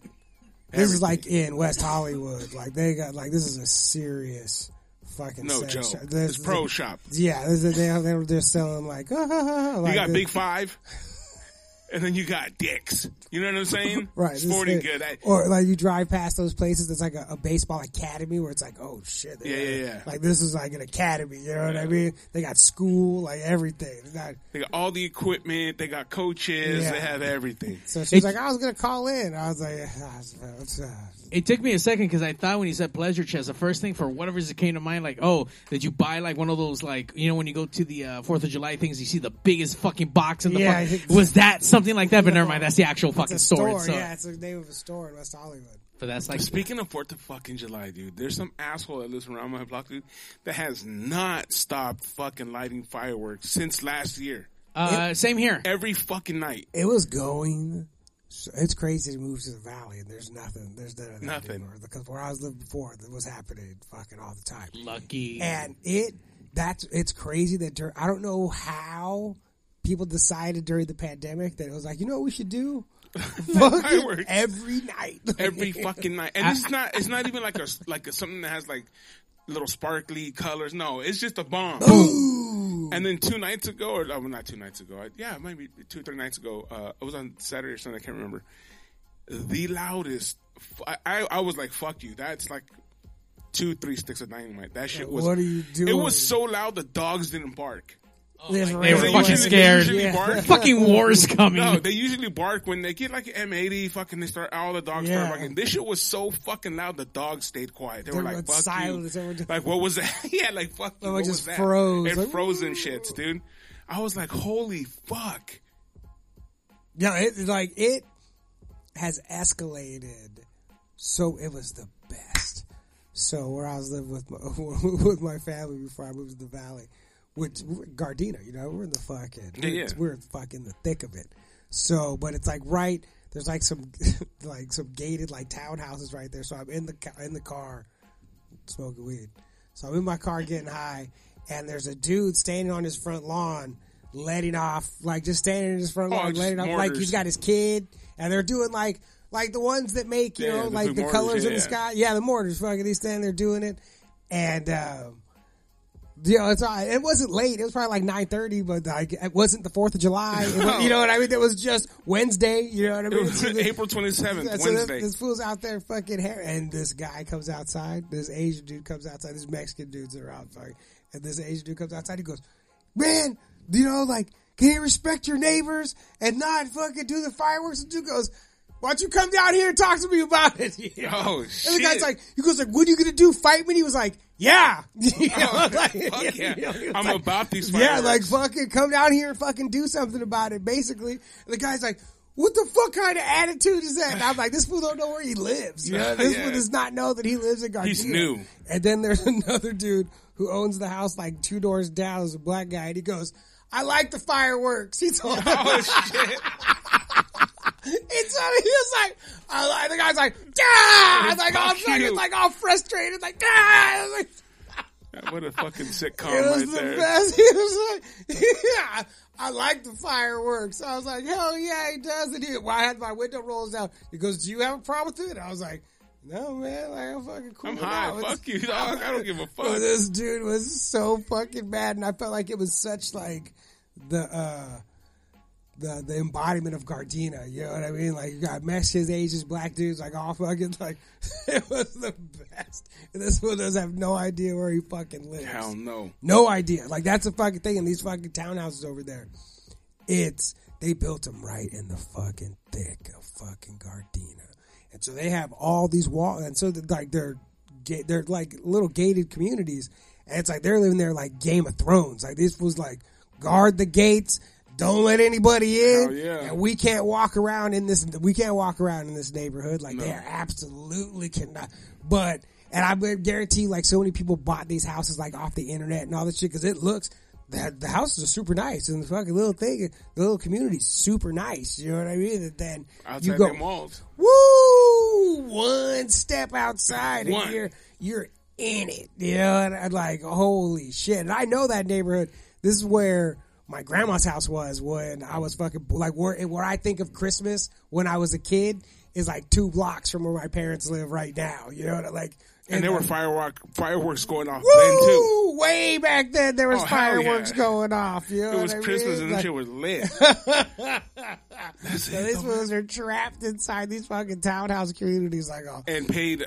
Speaker 1: this is like in West Hollywood. Like they got like this is a serious fucking
Speaker 3: no
Speaker 1: sex
Speaker 3: joke.
Speaker 1: shop. This
Speaker 3: It's
Speaker 1: is
Speaker 3: pro
Speaker 1: a-
Speaker 3: shop.
Speaker 1: Yeah, this is, they they're they're selling like, like
Speaker 3: You got
Speaker 1: this-
Speaker 3: Big Five, and then you got dicks. You know what I'm saying?
Speaker 1: Right, this is
Speaker 3: Sporting
Speaker 1: it.
Speaker 3: good. I,
Speaker 1: or like you drive past those places. There's like a, a baseball academy where it's like, oh shit, they
Speaker 3: Yeah,
Speaker 1: got-
Speaker 3: yeah, yeah.
Speaker 1: Like this is like an academy. You know what I mean? They got school, like everything. They got,
Speaker 3: they got all the equipment. They got coaches.
Speaker 1: Yeah.
Speaker 3: They have everything.
Speaker 1: So she's
Speaker 4: It-
Speaker 1: like, I was gonna call in. I was like, I was- I was- uh,
Speaker 4: It took me a second because I thought when he said pleasure chest, the first thing for whatever reason came to mind, like, oh, did you buy like one of those like you know when you go to the uh, Fourth of July things, you see the biggest fucking box in the
Speaker 1: Yeah,
Speaker 4: fuck-
Speaker 1: it's-
Speaker 4: was that something like that? But never mind, that's the actual
Speaker 1: it's
Speaker 4: fucking
Speaker 1: a
Speaker 4: store.
Speaker 1: store.
Speaker 4: itself.
Speaker 1: Yeah, it's the name of a store in West Hollywood.
Speaker 4: But that's like
Speaker 3: Speaking of Fourth of fucking July, dude, there's some asshole that lives around my block, dude, that has not stopped fucking lighting fireworks since last year.
Speaker 4: uh, same here.
Speaker 3: Every fucking night,
Speaker 1: It was going. so It's crazy to move to the valley and there's nothing. There's none of that
Speaker 3: Nothing.
Speaker 1: anymore. Because where I was living before, that was happening fucking all the time.
Speaker 4: Lucky.
Speaker 1: And it that's it's crazy that dur- I don't know how people decided during the pandemic that it was like you know what we should do
Speaker 3: Fireworks.
Speaker 1: fucking every night.
Speaker 3: every fucking night, and it's not. It's not even like a like a, something that has like little sparkly colors. No, it's just a bomb.
Speaker 1: Ooh.
Speaker 3: And then two nights ago, or oh, not two nights ago, I- yeah, maybe two or three nights ago, uh, it was on Saturday or Sunday, I can't remember. The loudest, f- I, I, I was like, fuck you. That's like two, three sticks of dynamite. That shit was.
Speaker 1: What are you
Speaker 3: It
Speaker 1: doing?
Speaker 3: was so loud the dogs didn't bark.
Speaker 1: This
Speaker 4: Oh They were
Speaker 1: rain-
Speaker 4: fucking
Speaker 3: usually-
Speaker 4: scared.
Speaker 3: they usually bark.
Speaker 4: fucking war's coming.
Speaker 3: No, they usually bark when they get like an M80. Fucking, they start all the dogs
Speaker 1: Yeah.
Speaker 3: start barking. This shit was so fucking loud. The dogs stayed quiet. They, were
Speaker 1: were
Speaker 3: like, "Fuck
Speaker 1: silent.
Speaker 3: you."
Speaker 1: They were just-
Speaker 3: like, what was that? yeah, like fuck you.
Speaker 1: They were
Speaker 3: What
Speaker 1: just
Speaker 3: was that?
Speaker 1: froze.
Speaker 3: It
Speaker 1: Like,
Speaker 3: froze them shits, dude. I was like, holy fuck.
Speaker 1: Yeah, it like it has escalated. So it was the best. So where I was living with my, with my family before I moved to the valley, which Gardena, you know, we're in the fucking
Speaker 3: Yeah, yeah.
Speaker 1: we're fucking the thick of it. So, but it's like right there's like some like some gated like townhouses right there. So I'm in the ca- in the car smoking weed. So I'm in my car getting high, and there's a dude standing on his front lawn, letting off like just standing in his front
Speaker 3: Oh,
Speaker 1: lawn,
Speaker 3: just
Speaker 1: letting off like
Speaker 3: mortars.
Speaker 1: he's got his kid, and they're doing like like the ones that make you
Speaker 3: Yeah,
Speaker 1: know
Speaker 3: the
Speaker 1: like
Speaker 3: big
Speaker 1: the
Speaker 3: mortars,
Speaker 1: colors in
Speaker 3: yeah.
Speaker 1: the sky. Yeah, the mortars. Fucking, they stand there doing it, and. um you know, it's all right. It wasn't late. It was probably like nine thirty, but like it wasn't the Fourth of July. It was- you know what I mean? It was just Wednesday. You know what I mean?
Speaker 3: It was April twenty
Speaker 1: Yeah,
Speaker 3: seventh,
Speaker 1: so this,
Speaker 3: Wednesday.
Speaker 1: this fool's out there fucking hair, and this guy comes outside. This Asian dude comes outside. These Mexican dudes are out fucking, and this Asian dude comes outside. He goes, "Man, you know, like, can you respect your neighbors and not fucking do the fireworks?" And dude goes, "Why don't you come down here and talk to me about it?" You know?
Speaker 3: Oh,
Speaker 1: And the
Speaker 3: shit.
Speaker 1: guy's like, he goes like, "What are you gonna do? Fight me?" And he was like, "Yeah, You know,
Speaker 3: Oh,
Speaker 1: like-
Speaker 3: fuck yeah.
Speaker 1: you know, he was
Speaker 3: I'm
Speaker 1: like-
Speaker 3: about these
Speaker 1: Yeah, like
Speaker 3: fireworks.
Speaker 1: fucking come down here and fucking do something about it, basically. And the guy's like, what the fuck kind of attitude is that? And I'm like, this fool don't know where he lives. You know? This
Speaker 3: Yeah.
Speaker 1: fool does not know that he lives in Gardena.
Speaker 3: He's new.
Speaker 1: And then there's another dude who owns the house like two doors down is a black guy, and he goes, I like the fireworks. He told him.
Speaker 3: oh shit!
Speaker 1: It's uh, he was like, I like the guy's like, yeah, like all
Speaker 3: Fuck
Speaker 1: fucking
Speaker 3: you.
Speaker 1: like all frustrated, like, yeah, like,
Speaker 3: What a fucking sitcom
Speaker 1: it was
Speaker 3: right
Speaker 1: the
Speaker 3: there.
Speaker 1: best. He was like, yeah, I like the fireworks. I was like, hell yeah, he does. And he, well, I had my window rolls down. He goes, do you have a problem with it? I was like, no, man. Like, I'm fucking cool.
Speaker 3: I'm high.
Speaker 1: Now it's-
Speaker 3: Fuck you, dog. I don't give a fuck.
Speaker 1: Bro, Oh, this dude was so fucking mad, and I felt like it was such like the uh the the embodiment of Gardena. You know what I mean? Like you got Mexicans, Asians, black dudes, like all fucking like it was the best. And this one does have no idea where he fucking lives.
Speaker 3: Hell no.
Speaker 1: No idea. Like that's a fucking thing in these fucking townhouses over there. It's they built them right in the fucking thick of fucking Gardena, and so they have all these walls, and so that like they're ga- they're like little gated communities, and it's like they're living there like Game of Thrones. Like this was like guard the gates. Don't let anybody in.
Speaker 3: Hell yeah.
Speaker 1: And we can't walk around in this. We can't walk around in this neighborhood. Like they are absolutely cannot. But and I would guarantee, like so many people bought these houses like off the internet and all this shit because it looks the the houses are super nice and the fucking little thing, the little community's super nice. You know what I mean? And then
Speaker 3: Outside
Speaker 1: you go,
Speaker 3: them walls.
Speaker 1: woo, one step outside and
Speaker 3: One.
Speaker 1: you're you're in it. You know, and I'm like, holy shit. And I know that neighborhood. This is where my grandma's house was when I was fucking like where where I think of Christmas when I was a kid is like two blocks from where my parents live right now. You know what I like
Speaker 3: And there
Speaker 1: like,
Speaker 3: were firework fireworks going off then too.
Speaker 1: Woo! Way back then, there was
Speaker 3: Oh, hell
Speaker 1: fireworks
Speaker 3: yeah.
Speaker 1: going off. You know
Speaker 3: It was
Speaker 1: what I
Speaker 3: Christmas
Speaker 1: mean?
Speaker 3: and
Speaker 1: Like,
Speaker 3: that shit was lit.
Speaker 1: so these fools are trapped inside these fucking townhouse communities. Like, oh,
Speaker 3: and paid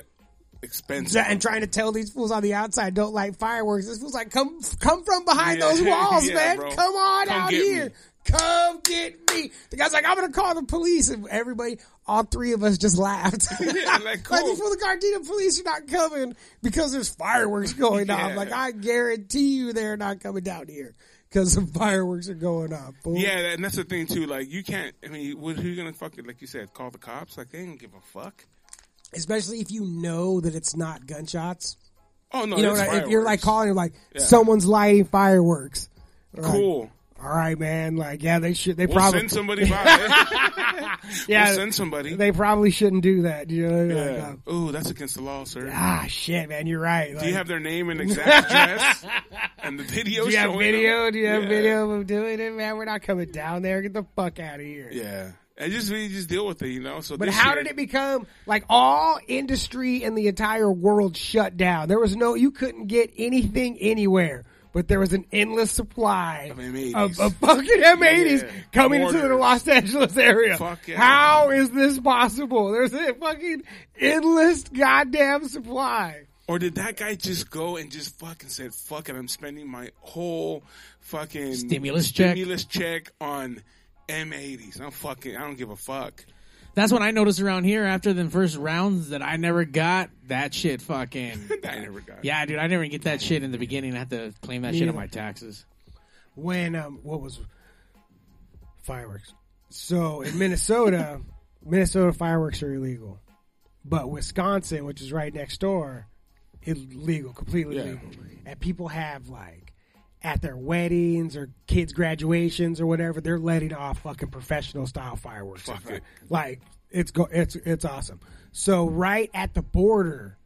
Speaker 3: expensive.
Speaker 1: and trying to tell these fools on the outside don't like fireworks. This fool's like, come, come from behind
Speaker 3: Yeah.
Speaker 1: those walls,
Speaker 3: Yeah,
Speaker 1: man.
Speaker 3: bro.
Speaker 1: Come on
Speaker 3: Come
Speaker 1: out
Speaker 3: get
Speaker 1: here.
Speaker 3: me.
Speaker 1: Come get me. The guy's like, I'm gonna call the police, and everybody, all three of us, just laughed.
Speaker 3: Yeah, like, cool.
Speaker 1: before the Gardena police are not coming because there's fireworks going
Speaker 3: Yeah.
Speaker 1: off. Like, I guarantee you, they're not coming down here because the fireworks are going off. fool.
Speaker 3: Yeah, and that's the thing too. Like you can't. I mean, what, who you gonna fucking like you said? Call the cops? Like they didn't give a fuck.
Speaker 1: especially if you know that it's not gunshots.
Speaker 3: Oh no,
Speaker 1: You know,
Speaker 3: it's
Speaker 1: what I- if you're like
Speaker 3: fireworks.
Speaker 1: calling, you're like, someone's lighting fireworks. Like,
Speaker 3: cool.
Speaker 1: All right, man. Like, yeah, they should. They
Speaker 3: We'll
Speaker 1: probably,
Speaker 3: send somebody by. man.
Speaker 1: yeah,
Speaker 3: we'll send somebody.
Speaker 1: they probably shouldn't do that. You know, Like,
Speaker 3: yeah.
Speaker 1: uh,
Speaker 3: Ooh, that's against the law, sir.
Speaker 1: ah, shit, man, you're right.
Speaker 3: Do
Speaker 1: Like,
Speaker 3: you have their name and exact address and the video?
Speaker 1: do you have
Speaker 3: showing
Speaker 1: video?
Speaker 3: them?
Speaker 1: Do you have
Speaker 3: Yeah.
Speaker 1: video of them doing it, man? We're not coming down there. Get the fuck out of here.
Speaker 3: Yeah, and just we just deal with it, you know. So,
Speaker 1: But
Speaker 3: this
Speaker 1: how
Speaker 3: year-
Speaker 1: did it become like all industry in the entire world shut down? There was no, you couldn't get anything anywhere, but there was an endless supply
Speaker 3: Of M80s.
Speaker 1: of, of fucking M80s
Speaker 3: Yeah.
Speaker 1: coming into the
Speaker 3: Mortars.
Speaker 1: Los Angeles area.
Speaker 3: Fuck yeah.
Speaker 1: How is this possible? There's a fucking endless goddamn supply.
Speaker 3: Or did that guy just go and just fucking said, "Fuck it, I'm spending my whole fucking
Speaker 4: Stimulus check.
Speaker 3: stimulus check on M80s. I'm fucking. I don't give a fuck."
Speaker 4: That's what I noticed around here after the first rounds that I never got. That shit fucking.
Speaker 3: I never got. it.
Speaker 4: Yeah, dude, I never get that shit in the beginning. I have to claim that shit on
Speaker 1: either.
Speaker 4: my taxes.
Speaker 1: when um what was fireworks. So in Minnesota, Minnesota fireworks are illegal, but Wisconsin, which is right next door, is legal, completely
Speaker 3: Yeah.
Speaker 1: legal. And people have like at their weddings or kids' graduations or whatever, they're letting off fucking professional style fireworks.
Speaker 3: Fuck it.
Speaker 1: Like it's go, it's it's awesome. So right at the border.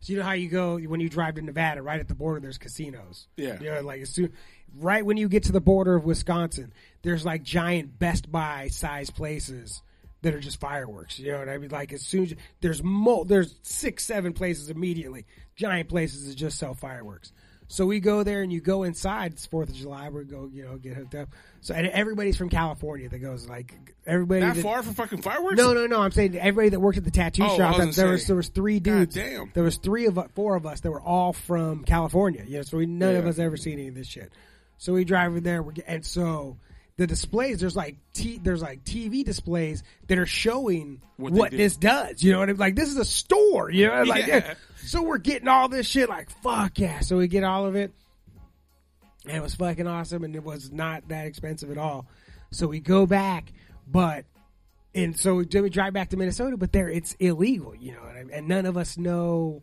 Speaker 1: So you know how you go when you drive to Nevada, right at the border, there's casinos.
Speaker 3: Yeah.
Speaker 1: You know, like as soon, right when you get to the border of Wisconsin, there's like giant Best Buy size places that are just fireworks. You know what I mean? Like as soon as you, there's mo, there's six, seven places immediately, giant places that just sell fireworks. So we go there and you go inside. It's Fourth of July. We go, you know, get hooked up. So and everybody's from California that goes like everybody.
Speaker 3: That
Speaker 1: that-
Speaker 3: far for fucking fireworks?
Speaker 1: no, no, no. I'm saying everybody that worked at the tattoo
Speaker 3: Oh, I
Speaker 1: shop. There
Speaker 3: was gonna
Speaker 1: there was
Speaker 3: say.
Speaker 1: there was three dudes.
Speaker 3: damn.
Speaker 1: There was three of four of us that were all from California. You know, so we, none of
Speaker 3: Yeah.
Speaker 1: us ever seen any of this shit. So we drive over there, we're, get- and so the displays there's like t- there's like TV displays that are showing what,
Speaker 3: What they do.
Speaker 1: this does. You know what I mean? Like this is a store. You know, like
Speaker 3: Yeah.
Speaker 1: so we're getting all this shit. Like fuck yeah! So we get all of it. And it was fucking awesome, and it was not that expensive at all. So we go back, but and so we we drive back to Minnesota, but there it's illegal, you know, and, and none of us know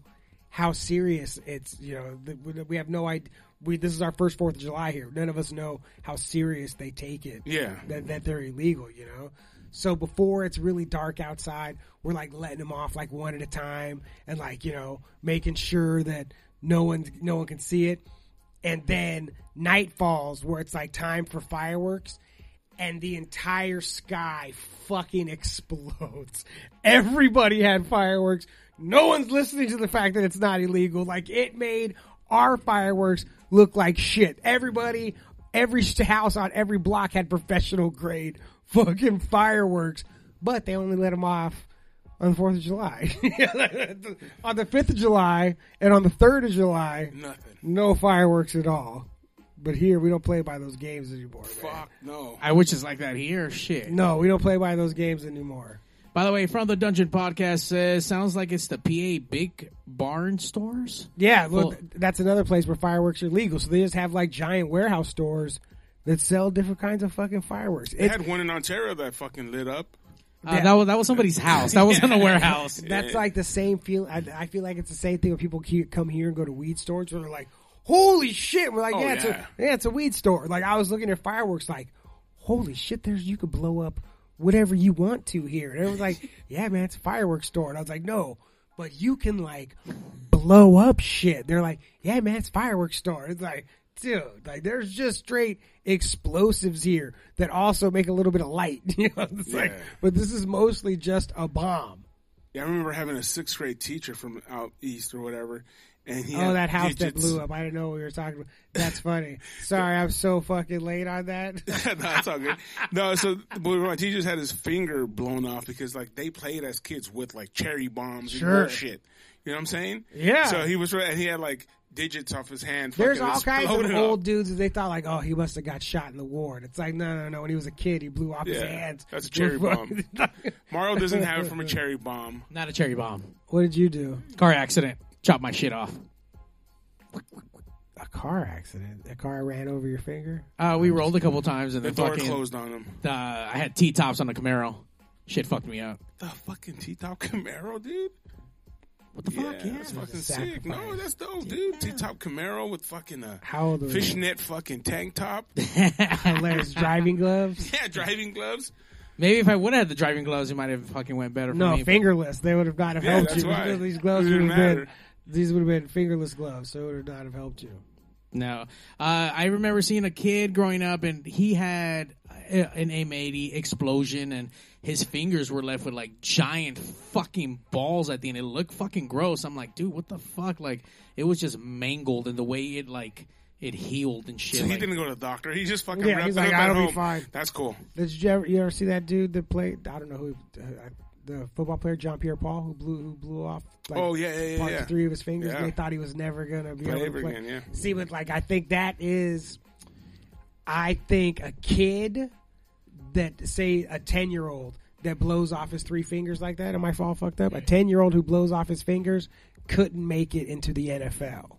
Speaker 1: how serious it's, you know, the, we- we have no idea. We, this is our first Fourth of July here. None of us know how serious they take it.
Speaker 3: Yeah.
Speaker 1: that, that they're illegal, you know. So before it's really dark outside, we're like letting them off like one at a time, and like you know making sure that no one no one can see it. And then night falls where it's like time for fireworks, and the entire sky fucking explodes. Everybody had fireworks. No one's listening to the fact that it's not illegal. Like it made our fireworks look like shit. Everybody, every sh- house on every block had professional grade fucking fireworks, but they only let them off on the 4th of July. on the 5th of July and on the 3rd of July,
Speaker 3: Nothing.
Speaker 1: no fireworks at all. But here we don't play by those games anymore. man.
Speaker 3: Fuck no.
Speaker 4: I wish it's like that here. Shit.
Speaker 1: No, we don't play by those games anymore.
Speaker 4: By the way, from the Dungeon Podcast says, sounds like it's the PA Big Barn stores.
Speaker 1: Yeah, look,
Speaker 4: Well-
Speaker 1: th- that's another place where fireworks are legal. So they just have like giant warehouse stores that sell different kinds of fucking fireworks.
Speaker 3: They
Speaker 1: It's,
Speaker 3: had one in Ontario that fucking lit up.
Speaker 4: Uh, That was that was somebody's house. That was in a warehouse.
Speaker 1: that's like the same feel. I, I feel like it's the same thing when people ke- come here and go to weed stores where they're like, "Holy shit!" We're like,
Speaker 3: Oh,
Speaker 1: yeah, It's
Speaker 3: yeah.
Speaker 1: a, yeah, it's a weed store." Like I was looking at fireworks, like, "Holy shit!" There's you could blow up whatever you want to here, and everyone's like, "Yeah, man, it's a fireworks store," and I was like, "No." But you can like blow up shit. They're like, yeah, man, it's fireworks store. It's like, dude, like there's just straight explosives here that also make a little bit of light. you know, it's like,
Speaker 3: Yeah.
Speaker 1: but this is mostly just a bomb.
Speaker 3: Yeah, I remember having a sixth grade teacher from out east or whatever, and he
Speaker 1: Oh,
Speaker 3: had
Speaker 1: that house that
Speaker 3: digits.
Speaker 1: blew up. I didn't know what we were talking about. That's funny. Sorry, I'm so fucking late on that.
Speaker 3: no, it's all good. No, so but my teacher had his finger blown off because like they played as kids with like cherry bombs
Speaker 1: Sure.
Speaker 3: and bullshit. You know what I'm saying?
Speaker 1: Yeah.
Speaker 3: So he was and he had like digits off his hand.
Speaker 1: There's
Speaker 3: fucking
Speaker 1: all kinds of
Speaker 3: exploded up.
Speaker 1: old dudes that they thought like, oh, he must have got shot in the war. And it's like, no, no, no. When he was a kid, he blew off his
Speaker 3: Yeah,
Speaker 1: hands.
Speaker 3: that's a cherry bomb. Mario doesn't have it from a cherry bomb.
Speaker 4: Not a cherry bomb.
Speaker 1: what did you do?
Speaker 4: Car accident. Chop my shit off.
Speaker 1: A car accident. A car ran over your finger.
Speaker 4: Uh, we rolled a couple times and
Speaker 3: The
Speaker 4: then
Speaker 3: door
Speaker 4: fucking.
Speaker 3: closed on him.
Speaker 4: Uh, I had T tops on the Camaro. Shit fucked me up.
Speaker 3: The fucking T-top Camaro, dude.
Speaker 4: What the fuck? Yeah.
Speaker 3: that's fucking
Speaker 1: sacrifice.
Speaker 3: sick. No, that's dope, dude. T-top Camaro with fucking a
Speaker 1: How old were you?
Speaker 3: fishnet fucking tank top.
Speaker 1: Hilarious driving gloves.
Speaker 3: yeah, driving gloves.
Speaker 4: Maybe if I would have had the driving gloves, it might have fucking went better for
Speaker 1: No,
Speaker 4: me.
Speaker 1: fingerless. They would have not have
Speaker 3: Yeah,
Speaker 1: helped
Speaker 3: that's
Speaker 1: you.
Speaker 3: why.
Speaker 1: These gloves
Speaker 3: It
Speaker 1: would
Speaker 3: didn't
Speaker 1: have been.
Speaker 3: matter.
Speaker 1: These would have been fingerless gloves, so it would not have helped you.
Speaker 4: No, uh, I remember seeing a kid growing up, and he had a- an M80 explosion, and his fingers were left with like giant fucking balls at the end. It looked fucking gross. I'm like, dude, what the fuck? Like, it was just mangled, and the way it like it healed and shit.
Speaker 3: So he
Speaker 4: like-
Speaker 3: didn't go to the doctor. He just fucking
Speaker 1: Yeah,
Speaker 3: wrapped
Speaker 1: he's
Speaker 3: it
Speaker 1: like,
Speaker 3: up at
Speaker 1: "I'll be
Speaker 3: home."
Speaker 1: fine.
Speaker 3: That's cool.
Speaker 1: Did you ever you ever see that dude that played? I don't know who uh, the football player John Pierre Paul who blew who blew off. Like,
Speaker 3: Oh, yeah, yeah, yeah,
Speaker 1: parts
Speaker 3: yeah.
Speaker 1: of three of his fingers.
Speaker 3: Yeah.
Speaker 1: and They thought he was never gonna be
Speaker 3: Play
Speaker 1: able to
Speaker 3: ever
Speaker 1: play.
Speaker 3: again, yeah.
Speaker 1: See, but like I think that is, I think a kid that say a ten year old that blows off his three fingers like that. Am I all fucked up? A ten year old who blows off his fingers couldn't make it into the NFL.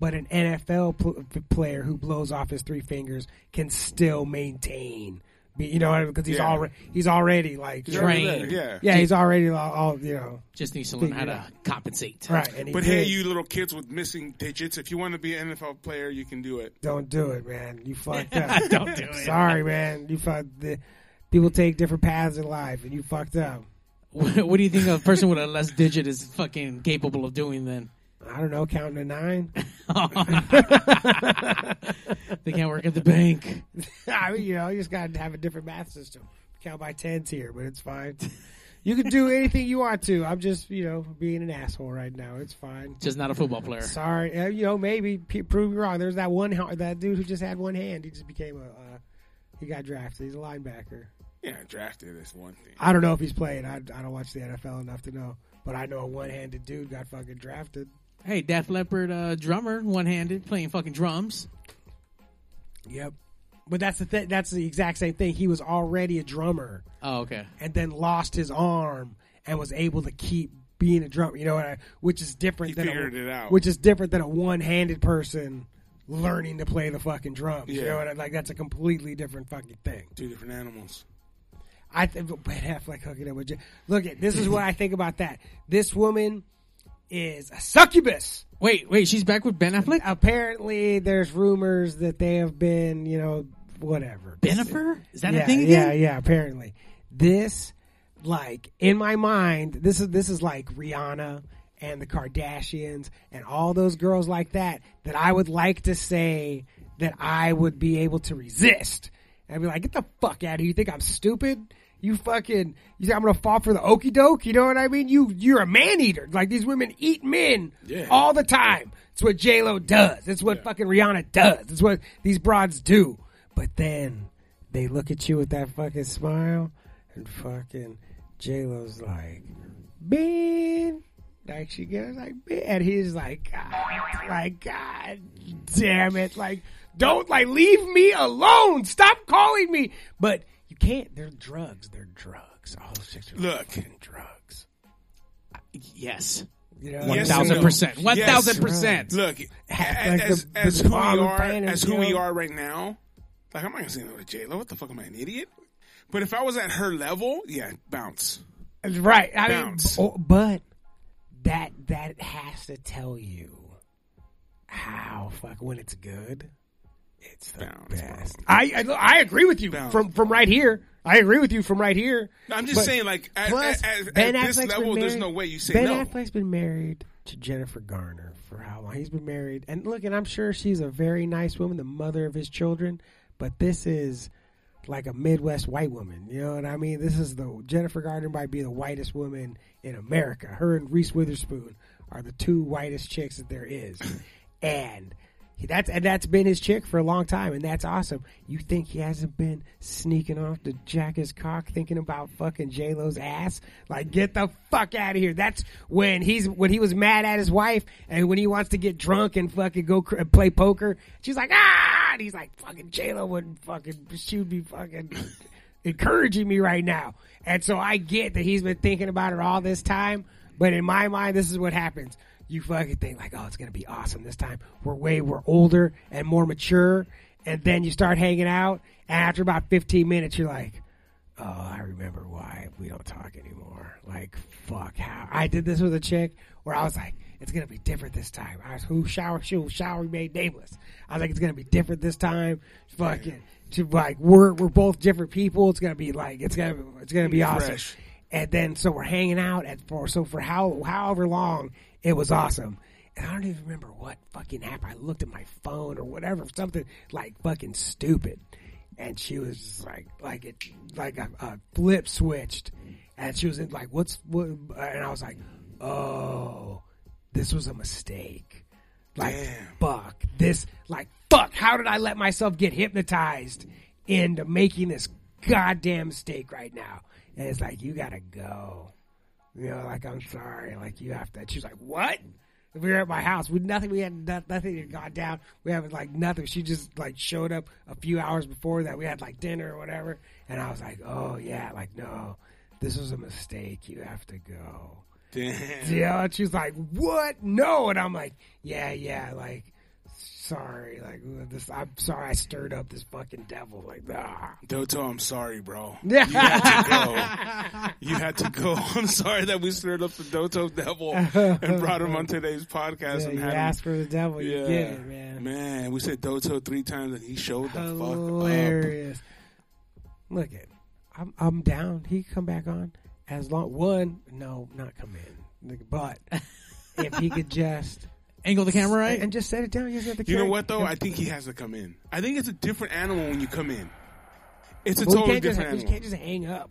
Speaker 1: But an NFL pl- player who blows off his three fingers can still maintain be- you know, because he's
Speaker 3: Yeah.
Speaker 1: already he's already like
Speaker 3: He's already
Speaker 4: Trained.
Speaker 3: there, Yeah.
Speaker 1: yeah, he's already all, all you know
Speaker 4: Just needs to learn how
Speaker 1: Yeah.
Speaker 4: to compensate.
Speaker 1: right. And he
Speaker 3: But hey,
Speaker 1: did.
Speaker 3: you little kids with missing digits, if you want to be an NFL player, you can do it.
Speaker 1: don't do it, man. You fucked up.
Speaker 4: Don't do it.
Speaker 1: Sorry, man. You fucked. The, people take different paths in life, and you fucked up.
Speaker 4: What, what do you think a person with a less digit is fucking capable of doing then?
Speaker 1: I don't know, counting to nine.
Speaker 4: They can't work at the bank.
Speaker 1: I mean, you know, you just got to have a different math system. Count by tens here, but it's fine. You can do anything you want to. I'm just, you know, being an asshole right now. It's fine.
Speaker 4: Just not a football player.
Speaker 1: Sorry, Uh, you know, maybe p- prove me wrong. There's that one ho- that dude who just had one hand. He just became a. Uh, he got drafted. He's a linebacker.
Speaker 3: Yeah, drafted is one thing.
Speaker 1: I don't know if he's playing. I, I don't watch the NFL enough to know, but I know a one-handed dude got fucking drafted.
Speaker 4: Hey, Def Leppard uh, drummer, one handed, playing fucking drums.
Speaker 1: Yep. But that's the th- that's the exact same thing. He was already a drummer.
Speaker 4: Oh, okay.
Speaker 1: and then lost his arm and was able to keep being a drummer. You know, what I- which is different
Speaker 3: He
Speaker 1: than
Speaker 3: figured
Speaker 1: a,
Speaker 3: it out.
Speaker 1: Which is different than a one-handed person learning to play the fucking drums. You
Speaker 3: Yeah.
Speaker 1: know what I like? That's a completely different fucking thing.
Speaker 3: Two different animals.
Speaker 1: I think Ben Affleck hooking up with. J- Look at this is what I think about that. This woman is a succubus.
Speaker 4: Wait, wait, she's back with Ben Affleck?
Speaker 1: Apparently, there's rumors that they have been, you know, whatever.
Speaker 4: Benifer? Is that
Speaker 1: yeah,
Speaker 4: a thing
Speaker 1: yeah,
Speaker 4: again?
Speaker 1: yeah. Apparently, this like in my mind, this is this is like Rihanna and the Kardashians and all those girls like that that I would like to say that I would be able to resist and be like, get the fuck out of here! You think I'm stupid? You fucking, you think I'm gonna fall for the okey doke? You know what I mean? You, you're a man eater. Like these women eat men
Speaker 3: Yeah.
Speaker 1: all the time. It's what J Lo does. It's what fucking Rihanna does. It's what these broads do. But then they look at you with that fucking smile, and fucking J Lo's like, Ben. Like she goes like, Ben. and he's like, God, like God, damn it, like don't like leave me alone. Stop calling me. But you can't. They're drugs. They're drugs. All those chicks are
Speaker 3: Look.
Speaker 1: fucking drugs.
Speaker 4: Yes.
Speaker 1: You know,
Speaker 3: Yes and
Speaker 4: 1000%.
Speaker 3: no.
Speaker 4: 1000%.
Speaker 3: Look,
Speaker 1: Like
Speaker 3: as,
Speaker 1: the-
Speaker 3: as
Speaker 1: the
Speaker 3: who we
Speaker 1: Bob and
Speaker 3: are,
Speaker 1: Brandon
Speaker 3: as who we
Speaker 1: show.
Speaker 3: are right now, like I'm not gonna say no to J Lo. What the fuck am I, an idiot? But if I was at her level, yeah, bounce.
Speaker 1: Right. I
Speaker 3: Bounce.
Speaker 1: mean, bu- but that that has to tell you how fuck when it's good, it's the
Speaker 3: Bounce, bro.
Speaker 1: best. I, I look, I agree with you
Speaker 3: Bounce.
Speaker 1: from from right here. I agree with you from right here.
Speaker 3: No, I'm just
Speaker 1: But
Speaker 3: saying, like at,
Speaker 1: Plus,
Speaker 3: at, at-
Speaker 1: Ben
Speaker 3: at
Speaker 1: Affleck's
Speaker 3: this level,
Speaker 1: been
Speaker 3: there's
Speaker 1: married-
Speaker 3: no way you say
Speaker 1: Ben
Speaker 3: no.
Speaker 1: Affleck's been married to Jennifer Garner for how long? He's been married, and look, and I'm sure she's a very nice woman, the mother of his children. But this is like a Midwest white woman. You know what I mean? This is the Jennifer Garner might be the whitest woman in America. Her and Reese Witherspoon are the two whitest chicks that there is, and he- that's and that's been his chick for a long time, and that's awesome. You think he hasn't been sneaking off to jack his cock, thinking about fucking J Lo's ass? Like, get the fuck out of here. That's when he's when he was mad at his wife, and when he wants to get drunk and fucking go cr- and play poker. She's like, ah, and he's like, fucking J Lo wouldn't fucking she would be fucking encouraging me right now. And so I get that he's been thinking about her all this time, but in my mind, this is what happens. You fucking think like, oh, it's gonna be awesome this time. We're way we're older and more mature, and then you start hanging out. And after about fifteen minutes, you're like, oh, I remember why we don't talk anymore. Like, fuck how I did this with a chick where I was like, it's gonna be different this time. I was who shower shoe shower made nameless. I was like, it's gonna be different this time. Fucking to like we're we're both different people. It's gonna be like it's gonna it's gonna be awesome.
Speaker 3: Fresh.
Speaker 1: And then so we're hanging out at for so for how however long it was awesome. And I don't even remember what fucking app I looked at my phone or whatever something like fucking stupid. And she was just like like it like a, a flip switched, and she was in like what's what? And I was like, oh, this was a mistake. Like fuck this. Like fuck. How did I let myself get hypnotized into making this goddamn mistake right now? And it's like you gotta go. You know, like I'm sorry. Like you have to. She's like, what? We were at my house. We nothing. We had no, nothing had gone down. We had like nothing. She just like showed up a few hours before that. We had like dinner or whatever. And I was like, oh yeah, like no, this was a mistake. You have to go.
Speaker 3: Damn.
Speaker 1: Yeah, and she's like, "What? No!" And I'm like, "Yeah, yeah, like sorry, like this. I'm sorry, I stirred up this fucking devil. Like, ah.
Speaker 3: Doto, I'm sorry, bro.
Speaker 1: Yeah.
Speaker 3: You had to go. You had to go. I'm sorry that we stirred up the Doto devil and brought him on today's podcast
Speaker 1: Yeah,
Speaker 3: and
Speaker 1: you
Speaker 3: had him-
Speaker 1: ask for the devil, you get it, man.
Speaker 3: Man, we said Doto three times and he showed the fuck up.
Speaker 1: Hilarious. Look at, I'm I'm down. He can come back on as long one. No, not come in. Nigga, But if he could just
Speaker 4: Angle the camera right.
Speaker 1: and just set it down, you just have to.
Speaker 3: You know
Speaker 1: carry-
Speaker 3: what though? I think he has to come in. I think it's a different animal when you come in. It's a
Speaker 1: Well, we
Speaker 3: totally
Speaker 1: can't just
Speaker 3: different
Speaker 1: we
Speaker 3: animal.
Speaker 1: can't just hang up.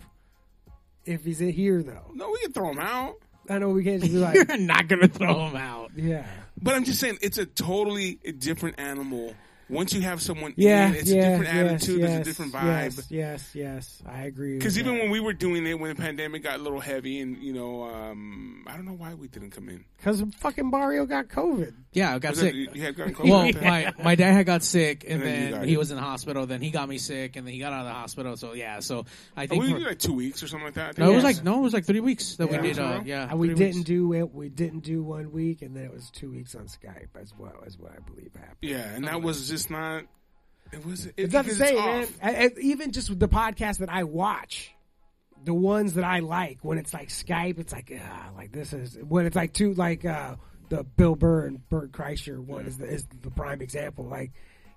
Speaker 1: If he's in here though,
Speaker 3: No, we can throw him out.
Speaker 1: I know we can't just be like,
Speaker 4: You're not gonna throw him out.
Speaker 1: yeah,
Speaker 3: But I'm just saying it's a totally different animal. Once you have someone
Speaker 1: yeah,
Speaker 3: in, it's
Speaker 1: yeah,
Speaker 3: a different
Speaker 1: yes,
Speaker 3: attitude,
Speaker 1: yes,
Speaker 3: it's a different vibe.
Speaker 1: Yes, yes, yes. I agree. with
Speaker 3: Because even
Speaker 1: that.
Speaker 3: when we were doing it, when the pandemic got a little heavy, and you know, um, I don't know why we didn't come in.
Speaker 1: Because fucking Mario got COVID.
Speaker 4: Yeah, I got
Speaker 3: Was
Speaker 4: sick.
Speaker 3: that- you had gotten COVID.
Speaker 4: well,
Speaker 3: back then?
Speaker 4: my my dad had got sick, and,
Speaker 3: And then you
Speaker 4: then,
Speaker 3: got
Speaker 4: he
Speaker 3: it.
Speaker 4: was in the hospital. Then he got me sick, and then he got out of the hospital. So yeah, so I
Speaker 3: Oh,
Speaker 4: think
Speaker 3: we
Speaker 4: for-
Speaker 3: did like two weeks or something like that. I think.
Speaker 4: no, it was
Speaker 1: Yeah.
Speaker 4: like no, it was like three weeks that
Speaker 1: Yeah. Uh-huh.
Speaker 4: we did. Uh,
Speaker 3: Mhm.
Speaker 4: yeah,
Speaker 1: And we
Speaker 4: three weeks.
Speaker 1: didn't do it. We didn't do one week, and then it was two weeks on Skype as well, is what I believe happened.
Speaker 3: yeah, and that was just not. It was. It,
Speaker 1: It's not the
Speaker 3: it's
Speaker 1: same,
Speaker 3: off.
Speaker 1: man. I, I- even just the podcasts that I watch, the ones that I like, when it's like Skype, it's like, ah, like this is when it's like two, like uh, the Bill Burr and Bert Kreischer one is the is the prime example. Like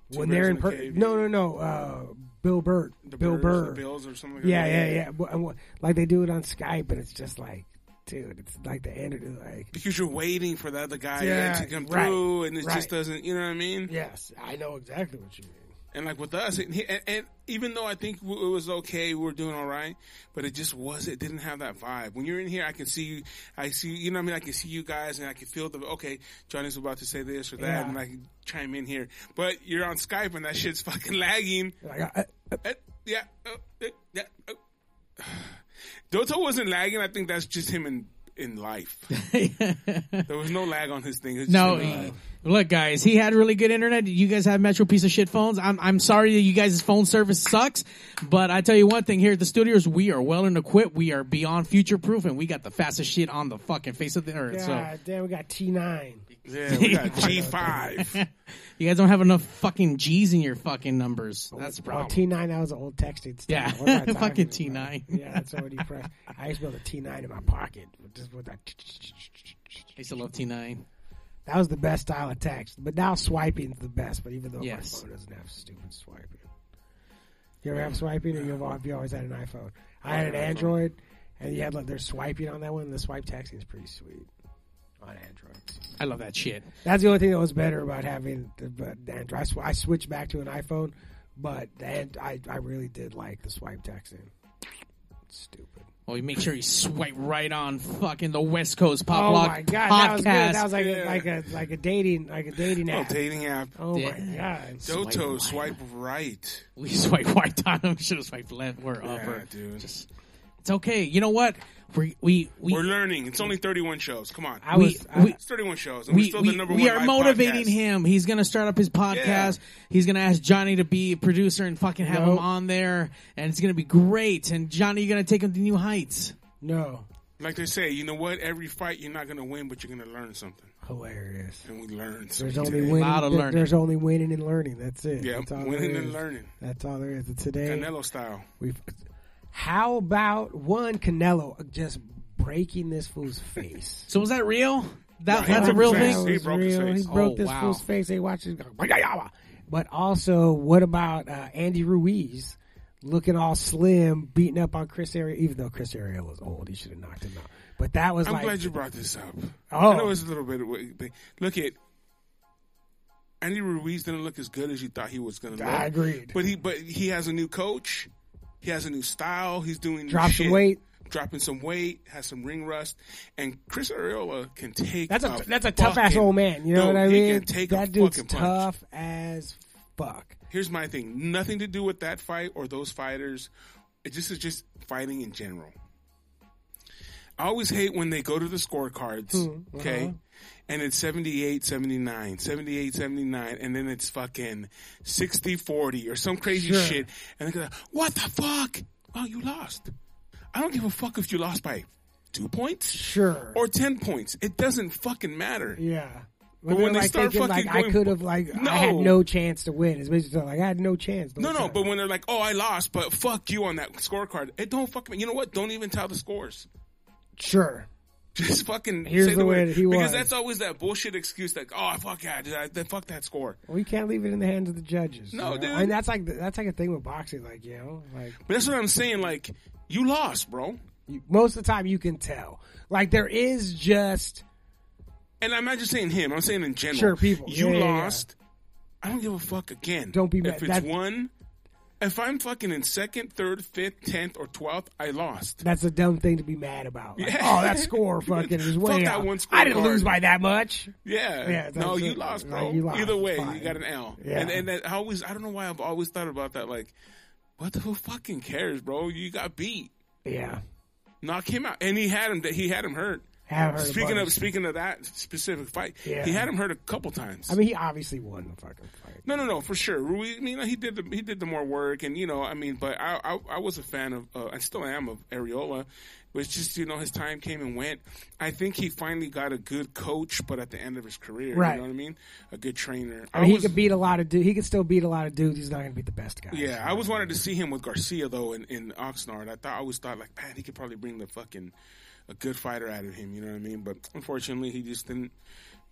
Speaker 1: when
Speaker 3: Birds
Speaker 1: they're in,
Speaker 3: in a
Speaker 1: per-
Speaker 3: Cave.
Speaker 1: no, no, no, uh, Bill Burt,
Speaker 3: The
Speaker 1: Bill
Speaker 3: Birds,
Speaker 1: Burr,
Speaker 3: the Bills, or something. Like
Speaker 1: yeah,
Speaker 3: that.
Speaker 1: yeah, yeah. Wh- and wh- Like they do it on Skype, and it's just like, dude, it's like the end. Of, like
Speaker 3: Because you're waiting for the other guy
Speaker 1: Yeah,
Speaker 3: to come
Speaker 1: right,
Speaker 3: through, and it
Speaker 1: right.
Speaker 3: just doesn't. You know what I mean?
Speaker 1: Yes, I know exactly what you mean.
Speaker 3: And like with us, and, he- and, and even though I think w- it was okay, we were doing all right, but it just was. It didn't have that vibe. When you're in here, I can see you. I see you know what I mean. I can see you guys, and I can feel the okay. Johnny's about to say this or that,
Speaker 1: Yeah.
Speaker 3: and I can chime in here. But you're on Skype, and that shit's fucking lagging.
Speaker 1: Like, I, I-
Speaker 3: Eh, yeah, uh, eh, yeah. uh. Doto wasn't lagging. I think that's just him in in life. there was no lag on his thing. It's just
Speaker 4: No,
Speaker 3: him in
Speaker 4: he-
Speaker 3: life.
Speaker 4: look, guys, he had really good internet. You guys have Metro piece of shit phones. I'm I'm sorry that you guys' phone service sucks, but I tell you one thing: here at the studios, we are well and equipped. We are beyond future proof, and we got the fastest shit on the fucking face of the earth.
Speaker 1: God damn, we got T nine.
Speaker 3: yeah, we got G five.
Speaker 4: So you guys don't have enough fucking G's in your fucking numbers. That's the problem.
Speaker 1: T nine. That was an old texting. Style.
Speaker 4: Yeah.
Speaker 1: What am I talking
Speaker 4: Fucking
Speaker 1: about?
Speaker 4: T9.
Speaker 1: Yeah, that's already pressed. I used to have a T nine in my pocket. Just with that.
Speaker 4: I used to love T9.
Speaker 1: That was the best style of text. But now swiping's the best. But even though
Speaker 4: Yes.
Speaker 1: my phone doesn't have stupid swiping, you ever have swiping, or you have you always had an iPhone. I had an Android, and you had like there's swiping on that one. And the swipe texting is pretty sweet on Android.
Speaker 4: I love that shit.
Speaker 1: That's the only thing that was better about having the, but the Android. I, sw- I switched back to an iPhone, but the and I, I really did like the swipe texting. Stupid.
Speaker 4: Well, you make sure you swipe right on fucking the West Coast pop
Speaker 1: Oh
Speaker 4: Lock
Speaker 1: my god,
Speaker 4: podcast.
Speaker 1: that was good. That was like
Speaker 3: Yeah.
Speaker 1: a, like a like a dating like a dating
Speaker 3: Oh,
Speaker 1: app.
Speaker 3: dating app.
Speaker 1: Oh my
Speaker 4: Yeah.
Speaker 1: god.
Speaker 3: Doto
Speaker 4: Swipe
Speaker 3: swipe right.
Speaker 4: we swipe right on them. Should have swiped left or up. Or,
Speaker 3: dude.
Speaker 4: Just, it's okay. You know what? We we we
Speaker 3: We're learning. It's only 31 shows. Come on.
Speaker 1: I
Speaker 4: We-
Speaker 1: was I,
Speaker 4: we-
Speaker 3: It's 31 shows. And we're
Speaker 4: we,
Speaker 3: still the
Speaker 4: we,
Speaker 3: number
Speaker 4: we
Speaker 3: one
Speaker 4: are
Speaker 3: live
Speaker 4: motivating
Speaker 3: podcast.
Speaker 4: him. He's going to start up his podcast. He's going to ask Johnny to be a producer and fucking have him
Speaker 1: Nope.
Speaker 4: on there, and it's going to be great. And Johnny, you're going to take him to new heights.
Speaker 1: no
Speaker 3: Like they say, you know what? Every fight, you're not going to win, but you're going to learn something.
Speaker 1: hilarious.
Speaker 3: And we learned something.
Speaker 1: There's only
Speaker 3: today.
Speaker 1: winning.
Speaker 4: lot of
Speaker 1: there-
Speaker 4: learning.
Speaker 1: There's only winning and learning. That's it.
Speaker 3: Yeah,
Speaker 1: That's all
Speaker 3: winning
Speaker 1: there
Speaker 3: and
Speaker 1: is.
Speaker 3: learning.
Speaker 1: That's all there is. And Today
Speaker 3: Canelo style.
Speaker 1: We've. How about one Canelo just breaking this fool's face?
Speaker 4: So was that real? That,
Speaker 3: Yeah,
Speaker 4: that's a real
Speaker 1: That
Speaker 3: Yes,
Speaker 4: thing.
Speaker 1: was
Speaker 3: he broke his
Speaker 1: real.
Speaker 3: face.
Speaker 1: He broke
Speaker 4: Oh,
Speaker 1: this
Speaker 4: wow.
Speaker 1: fool's face. They watched it. go, But also, what about uh, Andy Ruiz looking all slim, beating up on Chris Area? Even though Chris Area was old, he should have knocked him out. But that was
Speaker 3: I'm
Speaker 1: like,
Speaker 3: glad you brought this up.
Speaker 1: Oh.
Speaker 3: I know it's a little bit. but Look at. Andy Ruiz didn't look as good as you thought he was going to look.
Speaker 1: I agreed.
Speaker 3: But he, but he has a new coach. He has a new style. He's doing new
Speaker 1: Dropped some
Speaker 3: shit.
Speaker 1: weight.
Speaker 3: dropping some weight, has some ring rust, and Chris Ariola can take.
Speaker 1: that's a, that's a tough ass
Speaker 3: fucking-
Speaker 1: old man. You know
Speaker 3: No,
Speaker 1: what I
Speaker 3: he
Speaker 1: mean?
Speaker 3: Can take
Speaker 1: that
Speaker 3: a
Speaker 1: dude's
Speaker 3: fucking punch.
Speaker 1: tough as fuck.
Speaker 3: Here's my thing: nothing to do with that fight or those fighters. It just is just fighting in general. I always hate when they go to the scorecards,
Speaker 1: Hmm,
Speaker 3: okay?
Speaker 1: uh-huh.
Speaker 3: And it's 78 79, 78 79, and then it's fucking 60 40 or some crazy shit. And they go, what the fuck? Oh, you lost. I don't give a fuck if you lost by two points
Speaker 1: Sure.
Speaker 3: or 10 points. It doesn't fucking matter.
Speaker 1: yeah. When,
Speaker 3: when they
Speaker 1: they're, like,
Speaker 3: start
Speaker 1: thinking,
Speaker 3: fucking
Speaker 1: like I
Speaker 3: going-
Speaker 1: could have like
Speaker 3: No.
Speaker 1: I had no chance to win. It's basically like I had no chance. the
Speaker 3: No,
Speaker 1: whole
Speaker 3: no,
Speaker 1: time.
Speaker 3: but when they're like, "Oh, I lost," but fuck you on that scorecard. It don't fucking. You know what? Don't even tell the scores.
Speaker 1: sure.
Speaker 3: Just fucking.
Speaker 1: Here's
Speaker 3: say
Speaker 1: the way
Speaker 3: word.
Speaker 1: that he
Speaker 3: because
Speaker 1: was.
Speaker 3: that's always that bullshit excuse that, "Oh, fuck yeah, dude, I, then fuck that score."
Speaker 1: Well, you can't leave it in the hands of the judges.
Speaker 3: No,
Speaker 1: you know?
Speaker 3: dude.
Speaker 1: And that's like that's like a thing with boxing. Like you know, like
Speaker 3: But that's what I'm saying. Like, you lost, bro.
Speaker 1: you, most of the time you can tell. Like there is just
Speaker 3: And I'm not just saying him. I'm saying in general.
Speaker 1: Sure, people.
Speaker 3: You
Speaker 1: Yeah, yeah, yeah.
Speaker 3: lost. I don't give a fuck again.
Speaker 1: Don't be mad.
Speaker 3: If it's
Speaker 1: That's-
Speaker 3: one, if I'm fucking in second, third, fifth, tenth, or twelfth, I lost.
Speaker 1: that's a dumb thing to be mad about. Like,
Speaker 3: Yeah.
Speaker 1: Oh, that score fucking is way
Speaker 3: Fuck that
Speaker 1: off.
Speaker 3: one
Speaker 1: I didn't
Speaker 3: scorecard.
Speaker 1: lose by that much.
Speaker 3: Yeah.
Speaker 1: Yeah, that's
Speaker 3: no, you
Speaker 1: it.
Speaker 3: lost,
Speaker 1: No,
Speaker 3: bro.
Speaker 1: you lost.
Speaker 3: Either way,
Speaker 1: Fine.
Speaker 3: you got an L.
Speaker 1: Yeah.
Speaker 3: And, and that I always, I don't know why I've always thought about that. Like, what the who fucking cares, bro? You got beat.
Speaker 1: Yeah,
Speaker 3: Knock him out, and he had him. He had him hurt.
Speaker 1: have heard
Speaker 3: speaking
Speaker 1: about
Speaker 3: of
Speaker 1: it.
Speaker 3: speaking of that specific fight,
Speaker 1: Yeah.
Speaker 3: he had him hurt a couple times.
Speaker 1: I mean, he obviously won the fucking fight.
Speaker 3: No, no, no, for sure. Rui, you know, he did the he did the more work, and you know, I mean, but I I, I was a fan of, uh, I still am of Areola, but it's just you know his time came and went. I think he finally got a good coach, but at the end of his career,
Speaker 1: Right.
Speaker 3: you know what I mean? A good trainer.
Speaker 1: I
Speaker 3: I
Speaker 1: mean,
Speaker 3: was-
Speaker 1: he could beat a lot of dudes. He could still beat a lot of dudes. He's not going to beat the best guys.
Speaker 3: yeah, I always wanted to see him with Garcia though in, in Oxnard. I thought I always thought like, man, he could probably bring the fucking a good fighter out of him. You know what I mean? But unfortunately, he just didn't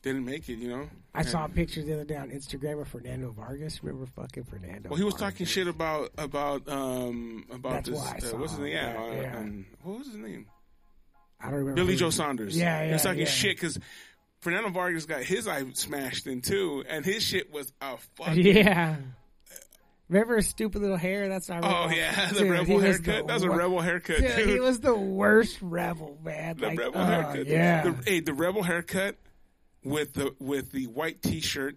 Speaker 3: didn't make it. You know,
Speaker 1: I saw a picture the other day on Instagram of Fernando Vargas. Remember fucking Fernando?
Speaker 3: Well, he was
Speaker 1: Vargas?
Speaker 3: talking shit about about um about
Speaker 1: Oh, That's
Speaker 3: this.
Speaker 1: why I
Speaker 3: Uh,
Speaker 1: saw
Speaker 3: what's his name? Yeah,
Speaker 1: that,
Speaker 3: uh,
Speaker 1: yeah.
Speaker 3: Um, what was his name?
Speaker 1: I don't remember.
Speaker 3: Billy
Speaker 1: who-
Speaker 3: Joe Saunders.
Speaker 1: Yeah,
Speaker 3: He was
Speaker 1: yeah,
Speaker 3: talking
Speaker 1: yeah.
Speaker 3: shit because Fernando Vargas got his eye smashed in too, and his shit was a fucking.
Speaker 1: Yeah. Remember his stupid little hair? That's not.
Speaker 3: Oh yeah, the rebel haircut. That was a rebel haircut,
Speaker 1: Dude,
Speaker 3: dude.
Speaker 1: he was the worst rebel, man.
Speaker 3: the
Speaker 1: like,
Speaker 3: rebel
Speaker 1: uh,
Speaker 3: haircut.
Speaker 1: Yeah.
Speaker 3: The, hey, the rebel haircut with the with the white t shirt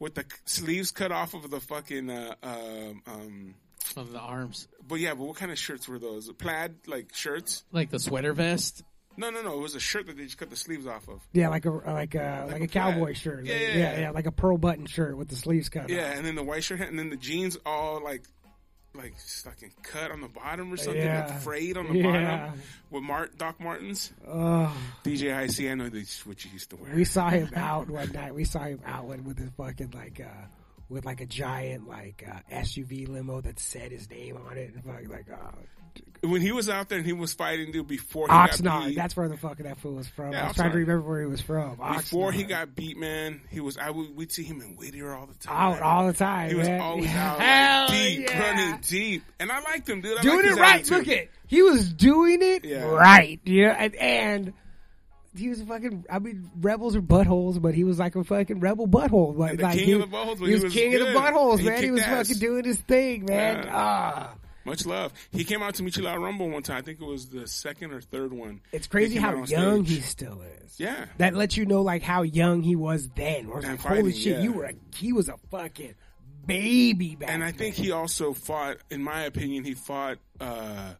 Speaker 3: with the c- sleeves cut off of the fucking uh, um, um.
Speaker 4: Of the arms,
Speaker 3: But yeah, but what kind of shirts were those? Plaid like shirts?
Speaker 4: like the sweater vest.
Speaker 3: No, no, no. It was a shirt that they just cut the sleeves off of.
Speaker 1: yeah, like a like a like,
Speaker 3: a
Speaker 1: a cowboy
Speaker 3: plaid.
Speaker 1: shirt.
Speaker 3: Yeah,
Speaker 1: Like-
Speaker 3: yeah,
Speaker 1: yeah,
Speaker 3: yeah.
Speaker 1: Like a pearl button shirt with the sleeves cut.
Speaker 3: Yeah,
Speaker 1: off.
Speaker 3: and then the white shirt, and then the jeans all like, like fucking cut on the bottom or something,
Speaker 1: Yeah.
Speaker 3: like frayed on the
Speaker 1: Yeah.
Speaker 3: bottom with Mart Doc Martens.
Speaker 1: Ugh.
Speaker 3: DJ IC, I know that's what you used to wear.
Speaker 1: we saw him out one night. We saw him out with, with his fucking like uh with like a giant like uh, SUV limo that said his name on it and fucking like uh,
Speaker 3: When he was out there and he was fighting dude before he got
Speaker 1: Oxnard.
Speaker 3: beat.
Speaker 1: That's where the fuck that fool was from.
Speaker 3: Yeah,
Speaker 1: I was trying to
Speaker 3: Oxnard.
Speaker 1: remember where he was from.
Speaker 3: before
Speaker 1: Oxnard.
Speaker 3: he got beat, man, he was. I would we'd see him in Whittier all the time.
Speaker 1: out all the time.
Speaker 3: He was
Speaker 1: man.
Speaker 3: always out
Speaker 1: Hell
Speaker 3: deep,
Speaker 1: yeah.
Speaker 3: running deep, and I liked him, dude. I
Speaker 1: Doing
Speaker 3: liked his
Speaker 1: it right.
Speaker 3: attitude.
Speaker 1: Look it. He was doing it
Speaker 3: Yeah.
Speaker 1: right. You know, and, and he was fucking. I mean, rebels are buttholes, but he was like a fucking rebel butthole. Like,
Speaker 3: And the
Speaker 1: like
Speaker 3: king
Speaker 1: he,
Speaker 3: of the buttholes,
Speaker 1: He
Speaker 3: but he
Speaker 1: was
Speaker 3: was
Speaker 1: king of
Speaker 3: good.
Speaker 1: the buttholes,
Speaker 3: He
Speaker 1: man. He
Speaker 3: kicked
Speaker 1: was
Speaker 3: ass.
Speaker 1: fucking doing his thing, man.
Speaker 3: Yeah.
Speaker 1: Ah.
Speaker 3: Much love. He came out to Michila Rumble one time. I think it was the second or third one.
Speaker 1: It's
Speaker 3: He
Speaker 1: crazy
Speaker 3: came out
Speaker 1: how
Speaker 3: on
Speaker 1: young
Speaker 3: stage.
Speaker 1: he still is.
Speaker 3: Yeah.
Speaker 1: That lets you know like how young he was then. Or like,
Speaker 3: fighting,
Speaker 1: holy shit,
Speaker 3: yeah.
Speaker 1: you were a, he was a fucking baby back
Speaker 3: And I
Speaker 1: then.
Speaker 3: think he also fought, in my opinion, he fought uh,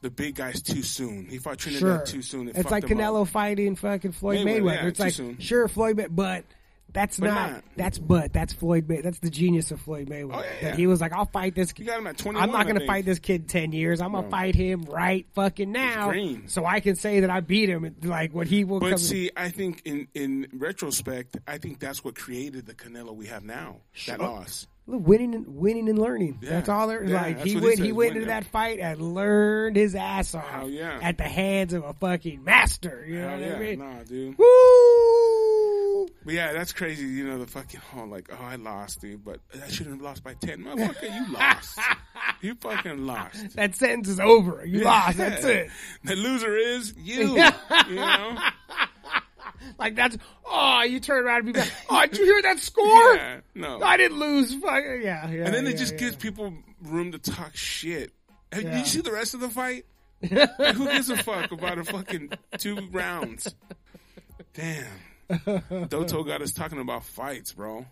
Speaker 3: the big guys too soon. He fought Trinidad
Speaker 1: sure.
Speaker 3: too soon. It
Speaker 1: It's
Speaker 3: fucked
Speaker 1: like
Speaker 3: him
Speaker 1: Canelo
Speaker 3: up.
Speaker 1: fighting fucking Floyd
Speaker 3: Mayweather,
Speaker 1: Mayweather.
Speaker 3: yeah,
Speaker 1: it's
Speaker 3: too
Speaker 1: like
Speaker 3: soon.
Speaker 1: sure Floyd, May- but that's not,
Speaker 3: not.
Speaker 1: that's but that's Floyd. May- that's the genius of Floyd Mayweather.
Speaker 3: Oh, yeah,
Speaker 1: That
Speaker 3: yeah.
Speaker 1: he was like, I'll fight this.
Speaker 3: You got him at 21,
Speaker 1: I'm not
Speaker 3: I
Speaker 1: gonna
Speaker 3: think.
Speaker 1: fight this kid in ten years. I'm gonna fight him right fucking now,
Speaker 3: green.
Speaker 1: so I can say that I beat him. Like what he will come.
Speaker 3: But see, I think in, in retrospect, I think that's what created the Canelo we have now. That loss.
Speaker 1: Look, winning, and, winning and learning.
Speaker 3: Yeah.
Speaker 1: That's all there is.
Speaker 3: Yeah,
Speaker 1: like
Speaker 3: that's
Speaker 1: he
Speaker 3: what he
Speaker 1: went,
Speaker 3: says,
Speaker 1: he went
Speaker 3: win,
Speaker 1: into
Speaker 3: yeah.
Speaker 1: that fight and learned his ass off
Speaker 3: Hell, yeah.
Speaker 1: at the hands of a fucking master. You know
Speaker 3: Hell
Speaker 1: what
Speaker 3: yeah,
Speaker 1: I mean?
Speaker 3: nah, dude.
Speaker 1: Woo!
Speaker 3: But yeah, that's crazy. You know the fucking oh, like oh, I lost, dude. But I shouldn't have lost by ten, motherfucker. You lost. you fucking lost.
Speaker 1: That sentence is over. You lost. That's
Speaker 3: Yeah.
Speaker 1: it.
Speaker 3: The loser is you. you know?
Speaker 1: Like that's oh, you turn around and be back. Oh, did you hear that score?
Speaker 3: Yeah, no.
Speaker 1: I didn't lose. Fuck yeah, yeah.
Speaker 3: And then it
Speaker 1: yeah,
Speaker 3: just
Speaker 1: yeah.
Speaker 3: gives people room to talk shit. Hey, Did
Speaker 1: Yeah.
Speaker 3: you see the rest of the fight? Like, who gives a fuck about a fucking two rounds? Damn. Doto got us talking about fights, bro.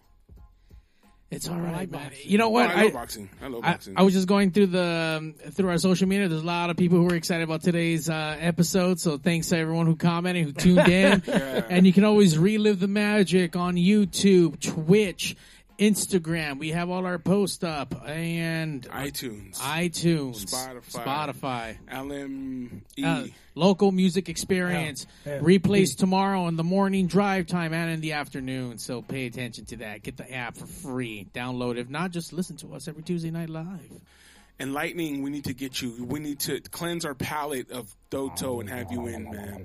Speaker 4: It's all right, man. You know what?
Speaker 3: I love boxing. I love
Speaker 4: I,
Speaker 3: boxing.
Speaker 4: I was just going through the um, through our social media. There's a lot of people who are excited about today's uh, episode. So thanks to everyone who commented, who tuned in, and you can always relive the magic on YouTube, Twitch, Instagram. We have all our posts up and
Speaker 3: iTunes,
Speaker 4: iTunes,
Speaker 3: Spotify.
Speaker 4: Spotify.
Speaker 3: LME.
Speaker 4: Uh, local music experience
Speaker 1: Yeah. Yeah.
Speaker 4: replays tomorrow in the morning drive time and in the afternoon so pay attention to that get the app for free download if not just listen to us every tuesday night live
Speaker 3: Enlightening, we need to get you. We need to cleanse our palate of Doto and have you in, man.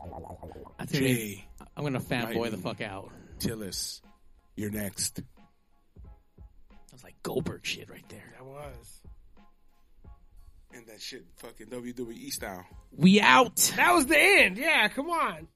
Speaker 4: I think
Speaker 3: Jay
Speaker 4: i'm gonna fanboy the
Speaker 3: Lightning.
Speaker 4: fuck out
Speaker 3: Tillis, you're next.
Speaker 4: that's like goldberg shit right there
Speaker 1: That was.
Speaker 3: And that shit, fucking WWE style.
Speaker 4: we out
Speaker 1: That was the end. Yeah, come on.